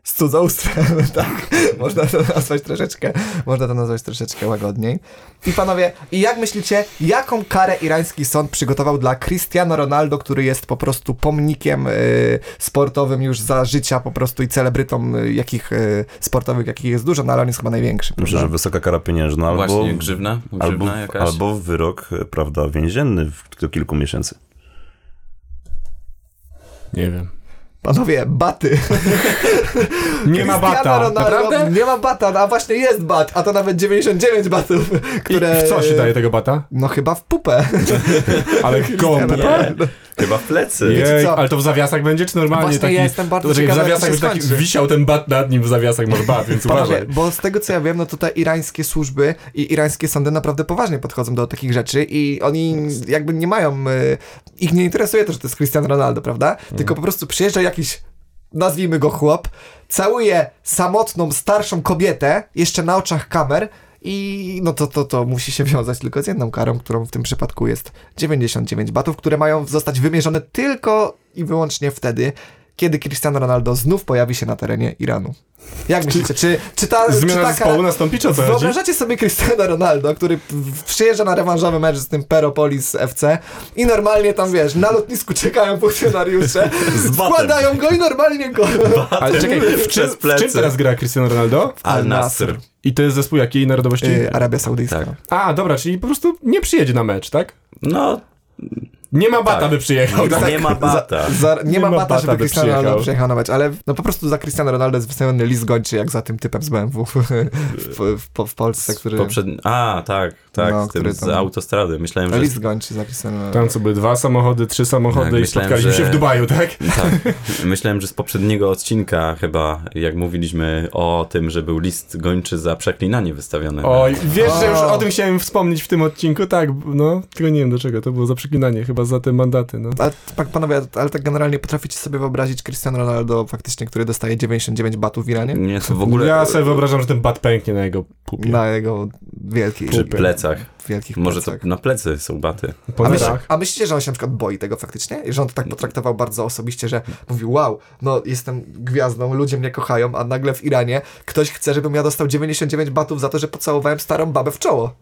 Speaker 3: z cudzołstwem, <laughs> tak. Można to nazwać troszeczkę, można to nazwać troszeczkę łagodniej. I panowie, i jak myślicie, jaką karę irański sąd przygotował dla Cristiano Ronaldo, który jest po prostu pomnikiem y, sportowym już za życia po prostu i celebrytą y, jakich y, sportowych, jakich jest dużo, no ale on jest chyba największy,
Speaker 2: Myślę, że
Speaker 3: prawda?
Speaker 2: wysoka kara pieniężna albo...
Speaker 1: Właśnie, grzywna? Grzywna
Speaker 2: Albo,
Speaker 1: jakaś?
Speaker 2: albo wyrok, e, prawda, więzienny w, do kilku miesięcy.
Speaker 5: Nie wiem.
Speaker 3: Panowie, baty.
Speaker 5: Nie ma
Speaker 3: Cristiano
Speaker 5: bata,
Speaker 3: Ronaldo,
Speaker 5: naprawdę?
Speaker 3: Nie ma bata, no, a właśnie jest bat, a to nawet 99 batów,
Speaker 5: I
Speaker 3: które...
Speaker 5: w co się daje tego bata?
Speaker 3: No chyba w pupę.
Speaker 5: Ale komu?
Speaker 3: Cristiano Ronaldo.
Speaker 1: Chyba w plecy.
Speaker 3: Wiecie
Speaker 5: Jej,
Speaker 3: co?
Speaker 5: ale to w zawiasach będzie, czy normalnie
Speaker 3: Właśnie
Speaker 5: taki...
Speaker 3: ja jestem bardzo
Speaker 5: to, czekaj,
Speaker 3: ciekawy,
Speaker 5: w
Speaker 3: jak to
Speaker 5: zawiasach
Speaker 3: się
Speaker 5: będzie taki,
Speaker 3: skończy.
Speaker 5: wisiał ten bat nad nim w zawiasach, może bat, więc
Speaker 3: Panowie,
Speaker 5: uważaj.
Speaker 3: bo z tego co ja wiem, no to te irańskie służby i irańskie sądy naprawdę poważnie podchodzą do takich rzeczy i oni jakby nie mają, y, ich nie interesuje to, że to jest Cristiano Ronaldo, prawda? Tylko po prostu przyjeżdża jakiś, nazwijmy go chłop, całuje samotną, starszą kobietę, jeszcze na oczach kamer i no to, to, to musi się wiązać tylko z jedną karą, którą w tym przypadku jest 99 batów, które mają zostać wymierzone tylko i wyłącznie wtedy, kiedy Cristiano Ronaldo znów pojawi się na terenie Iranu. Jak myślicie, czy, czy ta... czy
Speaker 5: Zmiana
Speaker 3: ta
Speaker 5: zespołu nastąpi, czy o co chodzi?
Speaker 3: Wyobrażacie sobie Cristiano Ronaldo, który p- w- przyjeżdża na rewanżowy mecz z tym Peropolis FC i normalnie tam, wiesz, na lotnisku czekają funkcjonariusze,
Speaker 2: Z batem.
Speaker 3: składają go i normalnie go...
Speaker 5: Ale <laughs> czekaj, w czym,
Speaker 1: Przez
Speaker 5: w czym
Speaker 1: plecy.
Speaker 5: teraz gra Cristiano Ronaldo?
Speaker 1: Al Nasr.
Speaker 5: I to jest zespół jakiej narodowości?
Speaker 3: Yy, Arabia Saudyjska.
Speaker 1: Tak.
Speaker 5: A, dobra, czyli po prostu nie przyjedzie na mecz, tak?
Speaker 1: No,
Speaker 5: Nie ma bata,
Speaker 1: Tak.
Speaker 5: by przyjechał. Tak?
Speaker 1: nie ma bata.
Speaker 3: Za, nie, ma bata, żeby
Speaker 5: by
Speaker 3: Cristiano Ronaldo
Speaker 5: przyjechał.
Speaker 3: przyjechał na mecz, ale no po prostu za Cristiano Ronaldo jest wystawiony list gończy, jak za tym typem z BMW w, <laughs> w, w, w Polsce, który...
Speaker 1: Poprzedni... A, tak, tak, z,
Speaker 3: No,
Speaker 1: tym,
Speaker 3: który
Speaker 1: z
Speaker 3: tam-
Speaker 1: autostrady. Myślałem, że...
Speaker 3: List gończy za Cristiano Ronaldo.
Speaker 5: Tam co by dwa samochody, trzy samochody
Speaker 1: Tak,
Speaker 5: i
Speaker 1: myślałem,
Speaker 5: spotkaliśmy się
Speaker 1: że-
Speaker 5: w Dubaju, tak?
Speaker 1: Tak. Myślałem, że z poprzedniego odcinka chyba, jak mówiliśmy o tym, że był list gończy za przeklinanie wystawione. na-
Speaker 5: Oj, wiesz, że już
Speaker 3: O.
Speaker 5: o tym chciałem wspomnieć w tym odcinku, tak, no, tylko nie wiem do czego, to było za przeklinanie, chyba za te mandaty, no.
Speaker 3: A, tak, panowie, ale tak generalnie potraficie sobie wyobrazić Cristiano Ronaldo faktycznie, który dostaje 99 batów w Iranie?
Speaker 1: Nie, to w ogóle
Speaker 5: Ja sobie wyobrażam, że ten bat pęknie na jego pupie.
Speaker 3: Na jego wielkich,
Speaker 1: przy plecach.
Speaker 3: wielkich
Speaker 1: Może to
Speaker 3: plecach.
Speaker 1: na plecy są baty.
Speaker 5: Po
Speaker 3: A, myśl,
Speaker 5: nerach.
Speaker 3: a myślicie, że on się na przykład boi tego faktycznie? I że on to
Speaker 1: Mm.
Speaker 3: tak potraktował bardzo osobiście, że mówi, wow, no jestem gwiazdą, ludzie mnie kochają, a nagle w Iranie ktoś chce, żebym ja dostał 99 batów za to, że pocałowałem starą babę w czoło.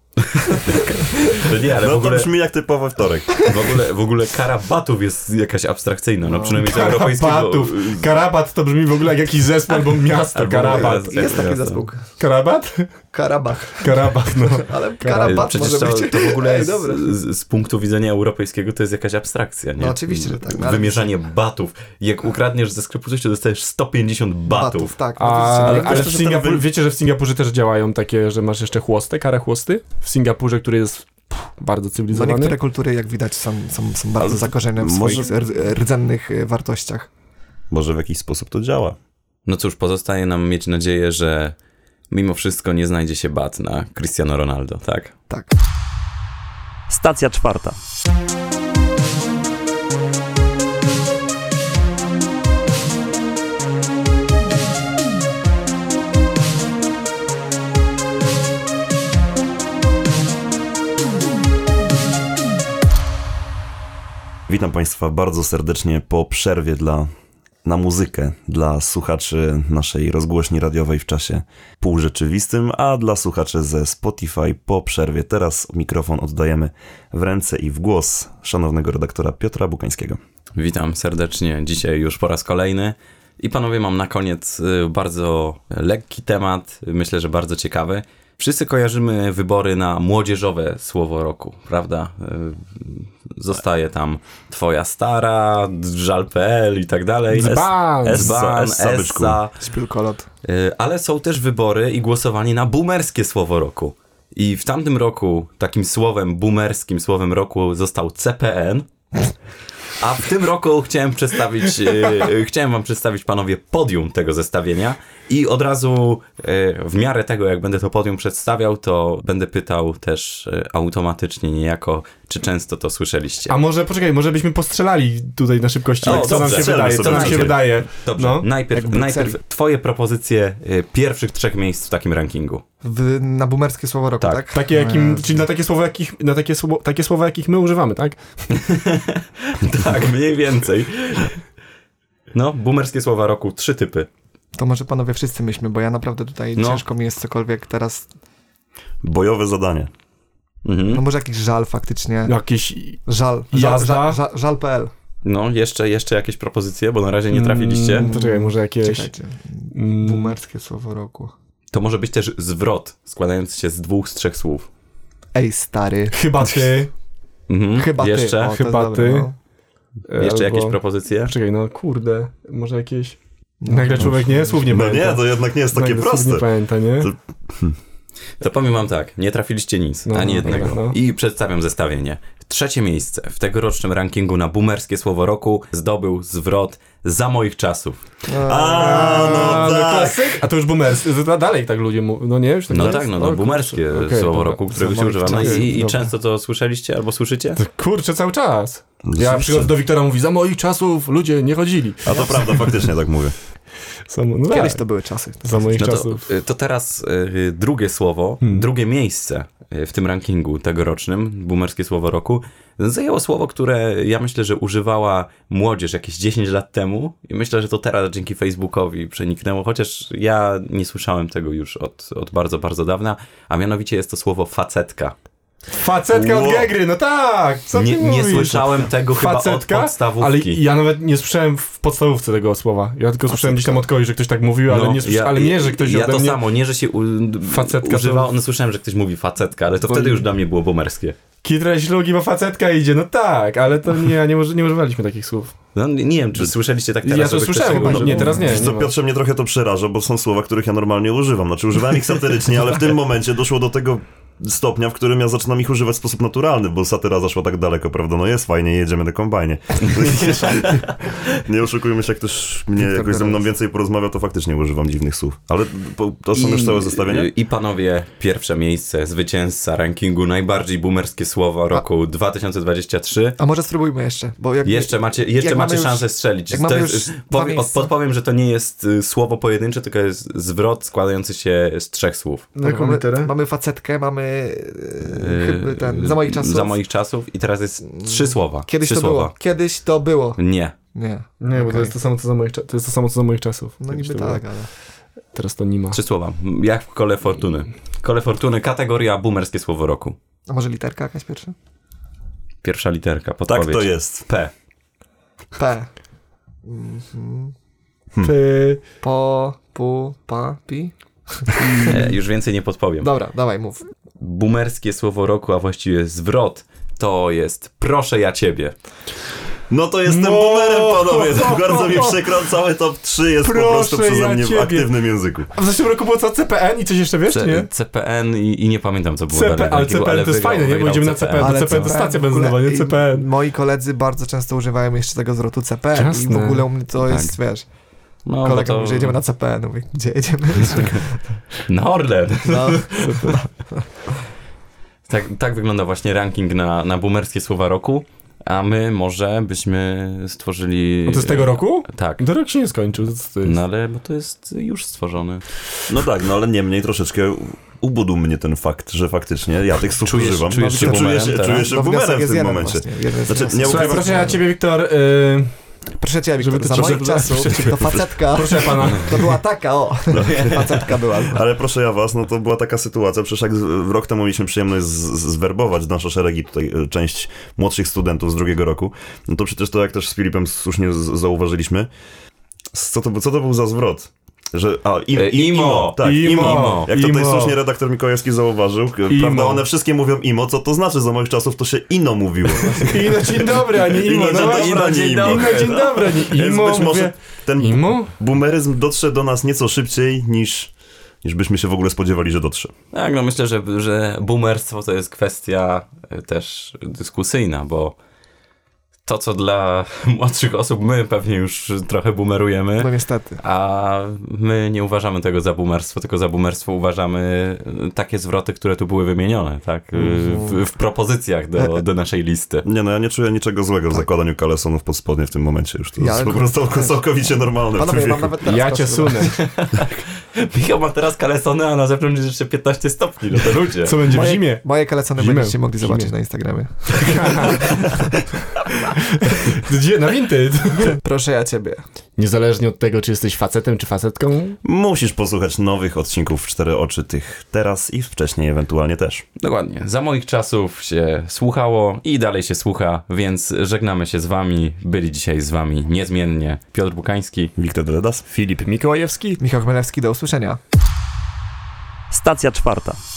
Speaker 1: To nie, ale
Speaker 2: No
Speaker 1: w
Speaker 2: to
Speaker 1: ogóle,
Speaker 2: brzmi jak typowy wtorek.
Speaker 1: w ogóle, w ogóle kara batów jest jakaś abstrakcyjna, no przynajmniej za europejskiego...
Speaker 5: Karabatów. Karabat to brzmi w ogóle jak jakiś zespół albo miasto,
Speaker 1: Albo-
Speaker 5: karabat.
Speaker 1: Tak,
Speaker 3: No, Jest taki
Speaker 1: jasne.
Speaker 3: zespół.
Speaker 5: Karabat?
Speaker 3: Karabach.
Speaker 5: Karabat, no.
Speaker 3: Ale karabat
Speaker 1: E, Przecież
Speaker 3: może
Speaker 1: to,
Speaker 3: być.
Speaker 1: to w ogóle
Speaker 3: Ej,
Speaker 1: jest,
Speaker 3: dobra.
Speaker 1: z, z punktu widzenia europejskiego to jest jakaś abstrakcja, nie?
Speaker 3: No oczywiście, że tak, no ale-
Speaker 1: Wymierzanie batów. Jak ukradniesz ze sklepu coś, to dostajesz 150 batów.
Speaker 3: tak.
Speaker 5: A,
Speaker 3: faktycznie.
Speaker 5: ale
Speaker 2: ktoś
Speaker 5: w
Speaker 2: to
Speaker 5: Singapurze,
Speaker 2: wtedy-
Speaker 5: wiecie, że w Singapurze też działają takie, że masz jeszcze chłosty, karę chłosty? W Singapurze, który jest pff, bardzo
Speaker 3: No
Speaker 5: cywilizowany.
Speaker 3: niektóre kultury, jak widać, są, są, są bardzo zakorzenione w
Speaker 2: może-
Speaker 3: swoich r- rdzennych y, wartościach.
Speaker 2: Może w jakiś sposób to działa.
Speaker 1: No cóż, pozostaje nam mieć nadzieję, że mimo wszystko nie znajdzie się bat na Cristiano Ronaldo, tak?
Speaker 3: Tak.
Speaker 6: Stacja czwarta.
Speaker 2: Witam Państwa bardzo serdecznie po przerwie dla, na muzykę dla słuchaczy naszej rozgłośni radiowej w czasie półrzeczywistym, a dla słuchaczy ze Spotify po przerwie. Teraz mikrofon oddajemy w ręce i w głos szanownego redaktora Piotra Bukańskiego.
Speaker 1: Witam serdecznie dzisiaj już po raz kolejny. I panowie, mam na koniec y, bardzo lekki temat, myślę, że bardzo ciekawy. Wszyscy kojarzymy wybory na młodzieżowe słowo roku, prawda? Y, Zostaje tam twoja stara, żal.pl i tak dalej.
Speaker 5: Dzban!
Speaker 1: Esban,
Speaker 2: Essa, byczku.
Speaker 1: Essa.
Speaker 3: Śpiulkolot.
Speaker 1: Y, Ale są też wybory i głosowanie na boomerskie słowo roku. I w tamtym roku takim słowem, boomerskim słowem roku został CPN. A w tym roku chciałem przedstawić, y, chciałem wam przedstawić panowie podium tego zestawienia i od razu y, w miarę tego, jak będę to podium przedstawiał, to będę pytał też y, automatycznie niejako, czy często to słyszeliście.
Speaker 5: A może, poczekaj, może byśmy postrzelali tutaj na szybkości,
Speaker 1: O,
Speaker 5: jak co nam się
Speaker 1: No, dobrze,
Speaker 5: wydaje, co
Speaker 2: strzelmy
Speaker 5: nam
Speaker 1: sobie.
Speaker 5: się wydaje.
Speaker 1: Dobrze,
Speaker 5: No.
Speaker 1: najpierw,
Speaker 3: Jakby
Speaker 1: najpierw
Speaker 3: cel.
Speaker 1: twoje propozycje y, pierwszych trzech miejsc w takim rankingu.
Speaker 3: W, na boomerskie słowo roku, tak?
Speaker 5: Takie jakim, czyli na takie słowa, jakich, na takie, słowo, takie słowa, jakich my używamy, tak?
Speaker 1: Tak, mniej więcej. No, boomerskie słowa roku, trzy typy.
Speaker 3: To może panowie wszyscy myślmy, bo ja naprawdę tutaj
Speaker 1: No.
Speaker 3: ciężko mi jest cokolwiek teraz.
Speaker 2: Bojowe zadanie.
Speaker 1: Mhm.
Speaker 3: No może jakiś żal faktycznie.
Speaker 5: No, Jakieś...
Speaker 3: Żal. Żal,
Speaker 5: Jazda?
Speaker 3: żal, żal, żal.pl.
Speaker 1: No, jeszcze, jeszcze jakieś propozycje, bo na razie nie trafiliście.
Speaker 5: Mm, Poczekaj, może jakieś...
Speaker 3: Czekajcie.
Speaker 5: Mm,
Speaker 3: Boomerskie słowo roku.
Speaker 1: To może być też zwrot, składający się z dwóch, z trzech słów.
Speaker 3: Ej, stary.
Speaker 5: chyba ty.
Speaker 1: Mhm.
Speaker 3: Chyba ty.
Speaker 1: jeszcze,
Speaker 3: to
Speaker 5: chyba
Speaker 3: jest dobre,
Speaker 5: ty.
Speaker 3: no.
Speaker 1: <laughs> Jeszcze jakieś
Speaker 5: Albo-
Speaker 1: propozycje?
Speaker 5: Czekaj, no kurde, może jakieś...
Speaker 3: No,
Speaker 5: Nagle człowiek nie, słów nie
Speaker 2: No
Speaker 5: pamięta.
Speaker 2: nie, to jednak nie jest takie
Speaker 5: Nagle słów
Speaker 2: proste.
Speaker 5: Nie pamięta, nie?
Speaker 2: To-
Speaker 1: To powiem wam tak, nie trafiliście nic,
Speaker 5: No,
Speaker 1: ani
Speaker 5: no,
Speaker 1: jednego.
Speaker 5: no.
Speaker 1: I przedstawiam zestawienie. Trzecie miejsce w tegorocznym rankingu na boomerskie słowo roku zdobył zwrot za moich czasów.
Speaker 2: A, no tak.
Speaker 5: klasyk, a to już boomerskie. Dalej tak ludzie mówią, no nie? Już tak
Speaker 1: No
Speaker 5: nie?
Speaker 1: tak, no, no
Speaker 5: O,
Speaker 1: boomerskie
Speaker 5: okej,
Speaker 1: słowo
Speaker 5: dobra.
Speaker 1: roku, którego
Speaker 3: Za
Speaker 1: się
Speaker 3: moich
Speaker 1: używa. No
Speaker 5: czasów.
Speaker 1: i, i
Speaker 5: Dobra. Tak.
Speaker 1: często to słyszeliście albo słyszycie?
Speaker 5: Kurczę, cały czas. Ja
Speaker 2: Zawsze.
Speaker 5: przychodzę do Wiktora mówi, za moich czasów ludzie nie chodzili.
Speaker 2: A to prawda, faktycznie tak mówię.
Speaker 5: Samo, no
Speaker 3: Kiedyś
Speaker 5: tak.
Speaker 3: to były czasy.
Speaker 5: Za moich
Speaker 1: No to,
Speaker 5: czasów. Hmm.
Speaker 1: y, to teraz y, drugie słowo, drugie miejsce y, w tym rankingu tegorocznym, boomerskie słowo roku, zajęło słowo, które ja myślę, że używała młodzież jakieś 10 lat temu i myślę, że to teraz dzięki Facebookowi przeniknęło, chociaż ja nie słyszałem tego już od, od bardzo, bardzo dawna, a mianowicie jest to słowo facetka.
Speaker 5: Facetka
Speaker 2: Wow.
Speaker 5: od Gegry, no tak! Co ty
Speaker 1: Nie, nie
Speaker 5: mówisz?
Speaker 1: słyszałem tego chyba
Speaker 5: Facetka,
Speaker 1: od podstawówki.
Speaker 5: ale ja nawet nie słyszałem w podstawówce tego słowa. Ja tylko słyszałem gdzieś tam od kogoś, że ktoś tak mówił, ale,
Speaker 1: No,
Speaker 5: nie, słysza, ale nie, że ktoś
Speaker 1: Ja
Speaker 5: ode
Speaker 1: to
Speaker 5: mnie...
Speaker 1: samo, nie, że się u,
Speaker 5: Facetka to-
Speaker 1: używało, no słyszałem, że ktoś mówi facetka, ale to wtedy już dla mnie było boomerskie.
Speaker 5: Kitra ślugi, bo facetka idzie, no tak, ale to nie, nie, uży- nie używaliśmy takich słów.
Speaker 1: No nie nie wiem, czy słyszeliście tak teraz.
Speaker 5: ja to
Speaker 1: żeby ktoś
Speaker 5: słyszałem,
Speaker 1: tego
Speaker 5: bo nie,
Speaker 1: używał.
Speaker 5: teraz nie.
Speaker 2: Wiesz
Speaker 5: nie
Speaker 2: co,
Speaker 5: ma.
Speaker 2: Piotrze, mnie trochę to przeraża, bo są słowa, których ja normalnie używam. Znaczy używałem ich satyrycznie, ale w tym momencie doszło do tego stopnia, w którym ja zaczynam ich używać w sposób naturalny, bo satyra zaszła tak daleko, prawda? No jest fajnie, jedziemy na
Speaker 5: <laughs>
Speaker 2: kombajnie. nie oszukujmy się, jak ktoś mnie jakoś ze mną więcej porozmawia, to faktycznie używam dziwnych słów. Ale po- to są już całe zestawienia?
Speaker 1: I panowie, pierwsze miejsce, zwycięzca rankingu najbardziej boomerskie słowo roku 2023.
Speaker 3: A może spróbujmy jeszcze, bo jak
Speaker 1: Jeszcze macie, jeszcze
Speaker 3: jak mamy
Speaker 1: macie
Speaker 3: już-
Speaker 1: szansę strzelić.
Speaker 3: jak mamy
Speaker 1: To jest-
Speaker 3: już dwa
Speaker 1: powie, od,
Speaker 3: miejsca.
Speaker 1: podpowiem, że to nie jest y, słowo pojedyncze, tylko jest zwrot składający się z trzech słów.
Speaker 5: Na
Speaker 3: No
Speaker 5: jaką
Speaker 3: tak, mamy,
Speaker 5: literę?
Speaker 3: mamy facetkę, mamy
Speaker 1: Y,
Speaker 3: yy, chyba ten, za moich czasów. Mm,
Speaker 1: Za moich czasów i teraz jest trzy słowa.
Speaker 3: Kiedyś
Speaker 1: trzy
Speaker 3: to
Speaker 1: słowa.
Speaker 3: było. Kiedyś to było.
Speaker 1: Nie.
Speaker 3: Nie.
Speaker 5: Nie, bo to
Speaker 3: Okej.
Speaker 5: jest to samo, co za moich, cza- to jest to samo, co za moich czasów.
Speaker 3: No
Speaker 5: Kiedyś
Speaker 3: niby
Speaker 5: to było.
Speaker 3: tak, ale...
Speaker 5: Teraz to nie ma.
Speaker 1: Trzy słowa. Jak w kole fortuny. Kole fortuny, kategoria boomerskie słowo roku.
Speaker 3: A może literka jakaś pierwsza?
Speaker 1: Pierwsza literka,
Speaker 2: Tak
Speaker 1: podpowiedź.
Speaker 2: to jest.
Speaker 1: P.
Speaker 3: P. Mhm.
Speaker 5: Py...
Speaker 3: Po, pu, pa, pi?
Speaker 1: E, już więcej nie podpowiem.
Speaker 3: Dobra, dawaj, mów.
Speaker 1: boomerskie słowo roku, a właściwie zwrot, to jest proszę ja ciebie.
Speaker 2: No to jestem
Speaker 5: No!
Speaker 2: boomerem, panowie.
Speaker 5: <laughs>
Speaker 2: Bardzo mi przykro, cały top 3 jest po
Speaker 5: Proszę
Speaker 2: prostu przeze
Speaker 5: ja
Speaker 2: mnie w
Speaker 5: ciebie.
Speaker 2: aktywnym języku.
Speaker 5: A w zeszłym roku było co? CPN i coś jeszcze wiesz,
Speaker 1: C-
Speaker 5: nie?
Speaker 1: CPN i, i nie pamiętam co było
Speaker 5: CP,
Speaker 1: dalej.
Speaker 5: ale
Speaker 1: takiego,
Speaker 5: CPN to jest
Speaker 1: wygrał-
Speaker 5: fajne, nie? Bo
Speaker 1: wygrał
Speaker 5: idziemy na CPN.
Speaker 1: CPN.
Speaker 5: to CPN to stacja
Speaker 3: w ogóle-
Speaker 5: benzynowa, nie?
Speaker 3: i
Speaker 5: CPN.
Speaker 3: Moi koledzy bardzo często używają jeszcze tego zwrotu CPN i
Speaker 5: Jasne.
Speaker 3: w ogóle u mnie to jest, wiesz,
Speaker 1: No, no
Speaker 3: kolega
Speaker 1: to-
Speaker 3: mówi, że jedziemy na CPN, mówię, gdzie jedziemy?
Speaker 1: <laughs> Na Orlen.
Speaker 3: <laughs> No,
Speaker 1: Tak, tak wygląda właśnie ranking na, na boomerskie słowa roku, a my może byśmy stworzyli...
Speaker 5: No to z tego roku?
Speaker 1: Tak.
Speaker 5: Do rok się nie skończył, to co to jest?
Speaker 1: No ale bo to jest już stworzony.
Speaker 2: No tak, no ale niemniej troszeczkę u- ubudł mnie ten fakt, że faktycznie ja tych słów
Speaker 1: Czujesz-
Speaker 2: używam.
Speaker 1: czujesz się
Speaker 2: czuję
Speaker 1: boomerem
Speaker 2: się,
Speaker 1: teraz?
Speaker 2: czuję się
Speaker 3: no
Speaker 2: boomerem w
Speaker 3: jest
Speaker 2: tym
Speaker 3: jeden
Speaker 2: momencie.
Speaker 3: właśnie, jeden z
Speaker 2: Znaczy,
Speaker 3: wniosków.
Speaker 2: nie
Speaker 5: Słuchaj,
Speaker 2: ukrywam-
Speaker 5: proszę ja ciebie, Wiktor, y,
Speaker 3: Proszę cię, Wiktor,
Speaker 5: Żeby
Speaker 3: za
Speaker 5: to-
Speaker 3: moich
Speaker 5: żeby-
Speaker 3: czasów to facetka,
Speaker 5: <laughs> proszę pana.
Speaker 3: to była taka, o, facetka była.
Speaker 2: Ale proszę ja was, no to była taka sytuacja, przecież jak z- rok temu mieliśmy przyjemność z- z- zwerbować nasze szeregi, tutaj e, część młodszych studentów z drugiego roku, no to przecież to jak też z Filipem słusznie z- zauważyliśmy, z- co to, był- co to był za zwrot? Że, a, im,
Speaker 1: E, imo.
Speaker 2: tak, imo.
Speaker 5: Imo.
Speaker 2: Jak tutaj
Speaker 5: Imo.
Speaker 2: słusznie redaktor Mikołajewski zauważył, k-
Speaker 5: Imo.
Speaker 2: prawda, one wszystkie mówią imo, co to znaczy, za moich czasów to się ino mówiło.
Speaker 5: Ino, dzień dobry, a nie imo.
Speaker 2: Ino,
Speaker 5: no
Speaker 2: dzień
Speaker 5: właśnie.
Speaker 2: dobry,
Speaker 1: dzień
Speaker 2: imo.
Speaker 5: Ino, dzień dobry, a <laughs> nie
Speaker 2: Więc
Speaker 5: imo.
Speaker 2: być może
Speaker 5: Mówię,
Speaker 2: ten
Speaker 5: imo?
Speaker 2: boomeryzm dotrze do nas nieco szybciej niż, niż byśmy się w ogóle spodziewali, że dotrze.
Speaker 1: Tak, no myślę, że, że boomerstwo to jest kwestia y, też dyskusyjna, bo to, co dla <laughs> młodszych osób, my pewnie już trochę boomerujemy,
Speaker 3: No niestety.
Speaker 1: a my nie uważamy tego za boomerstwo, tylko za boomerstwo uważamy y, takie zwroty, które tu były wymienione, tak? y, W, w propozycjach do, do naszej listy. <laughs>
Speaker 2: Nie no, ja nie czuję niczego złego w zakładaniu kalesonów pod spodnie w tym momencie już. To
Speaker 3: Tak. Ja
Speaker 2: jest po
Speaker 3: akurat
Speaker 2: prostu
Speaker 3: <laughs>
Speaker 2: całkowicie normalne w tym
Speaker 3: Panowie, mam
Speaker 2: wieku.
Speaker 3: nawet teraz
Speaker 5: Ja cię
Speaker 3: koszulę.
Speaker 5: sunę.
Speaker 1: Michał ma teraz kalesony, a na zewnątrz jest jeszcze 15 stopni, no to ludzie.
Speaker 5: Co będzie w
Speaker 3: Moje-
Speaker 5: zimie?
Speaker 3: Moje kalecony
Speaker 5: Zimę.
Speaker 3: będziecie mogli
Speaker 5: Zimę.
Speaker 3: zobaczyć na Instagramie.
Speaker 5: Gdzie? Na winty.
Speaker 3: Proszę ja ciebie.
Speaker 5: Niezależnie od tego, czy jesteś facetem, czy facetką,
Speaker 2: Musisz posłuchać nowych odcinków w Cztery Oczy, tych teraz i wcześniej ewentualnie też.
Speaker 1: Dokładnie. Za moich czasów się słuchało i dalej się słucha, więc żegnamy się z wami. Byli dzisiaj z wami niezmiennie Piotr Bukański.
Speaker 2: Wiktor Dredas.
Speaker 5: Filip Mikołajewski.
Speaker 3: Michał Chmelewski, do usłyszenia.
Speaker 6: Stacja czwarta.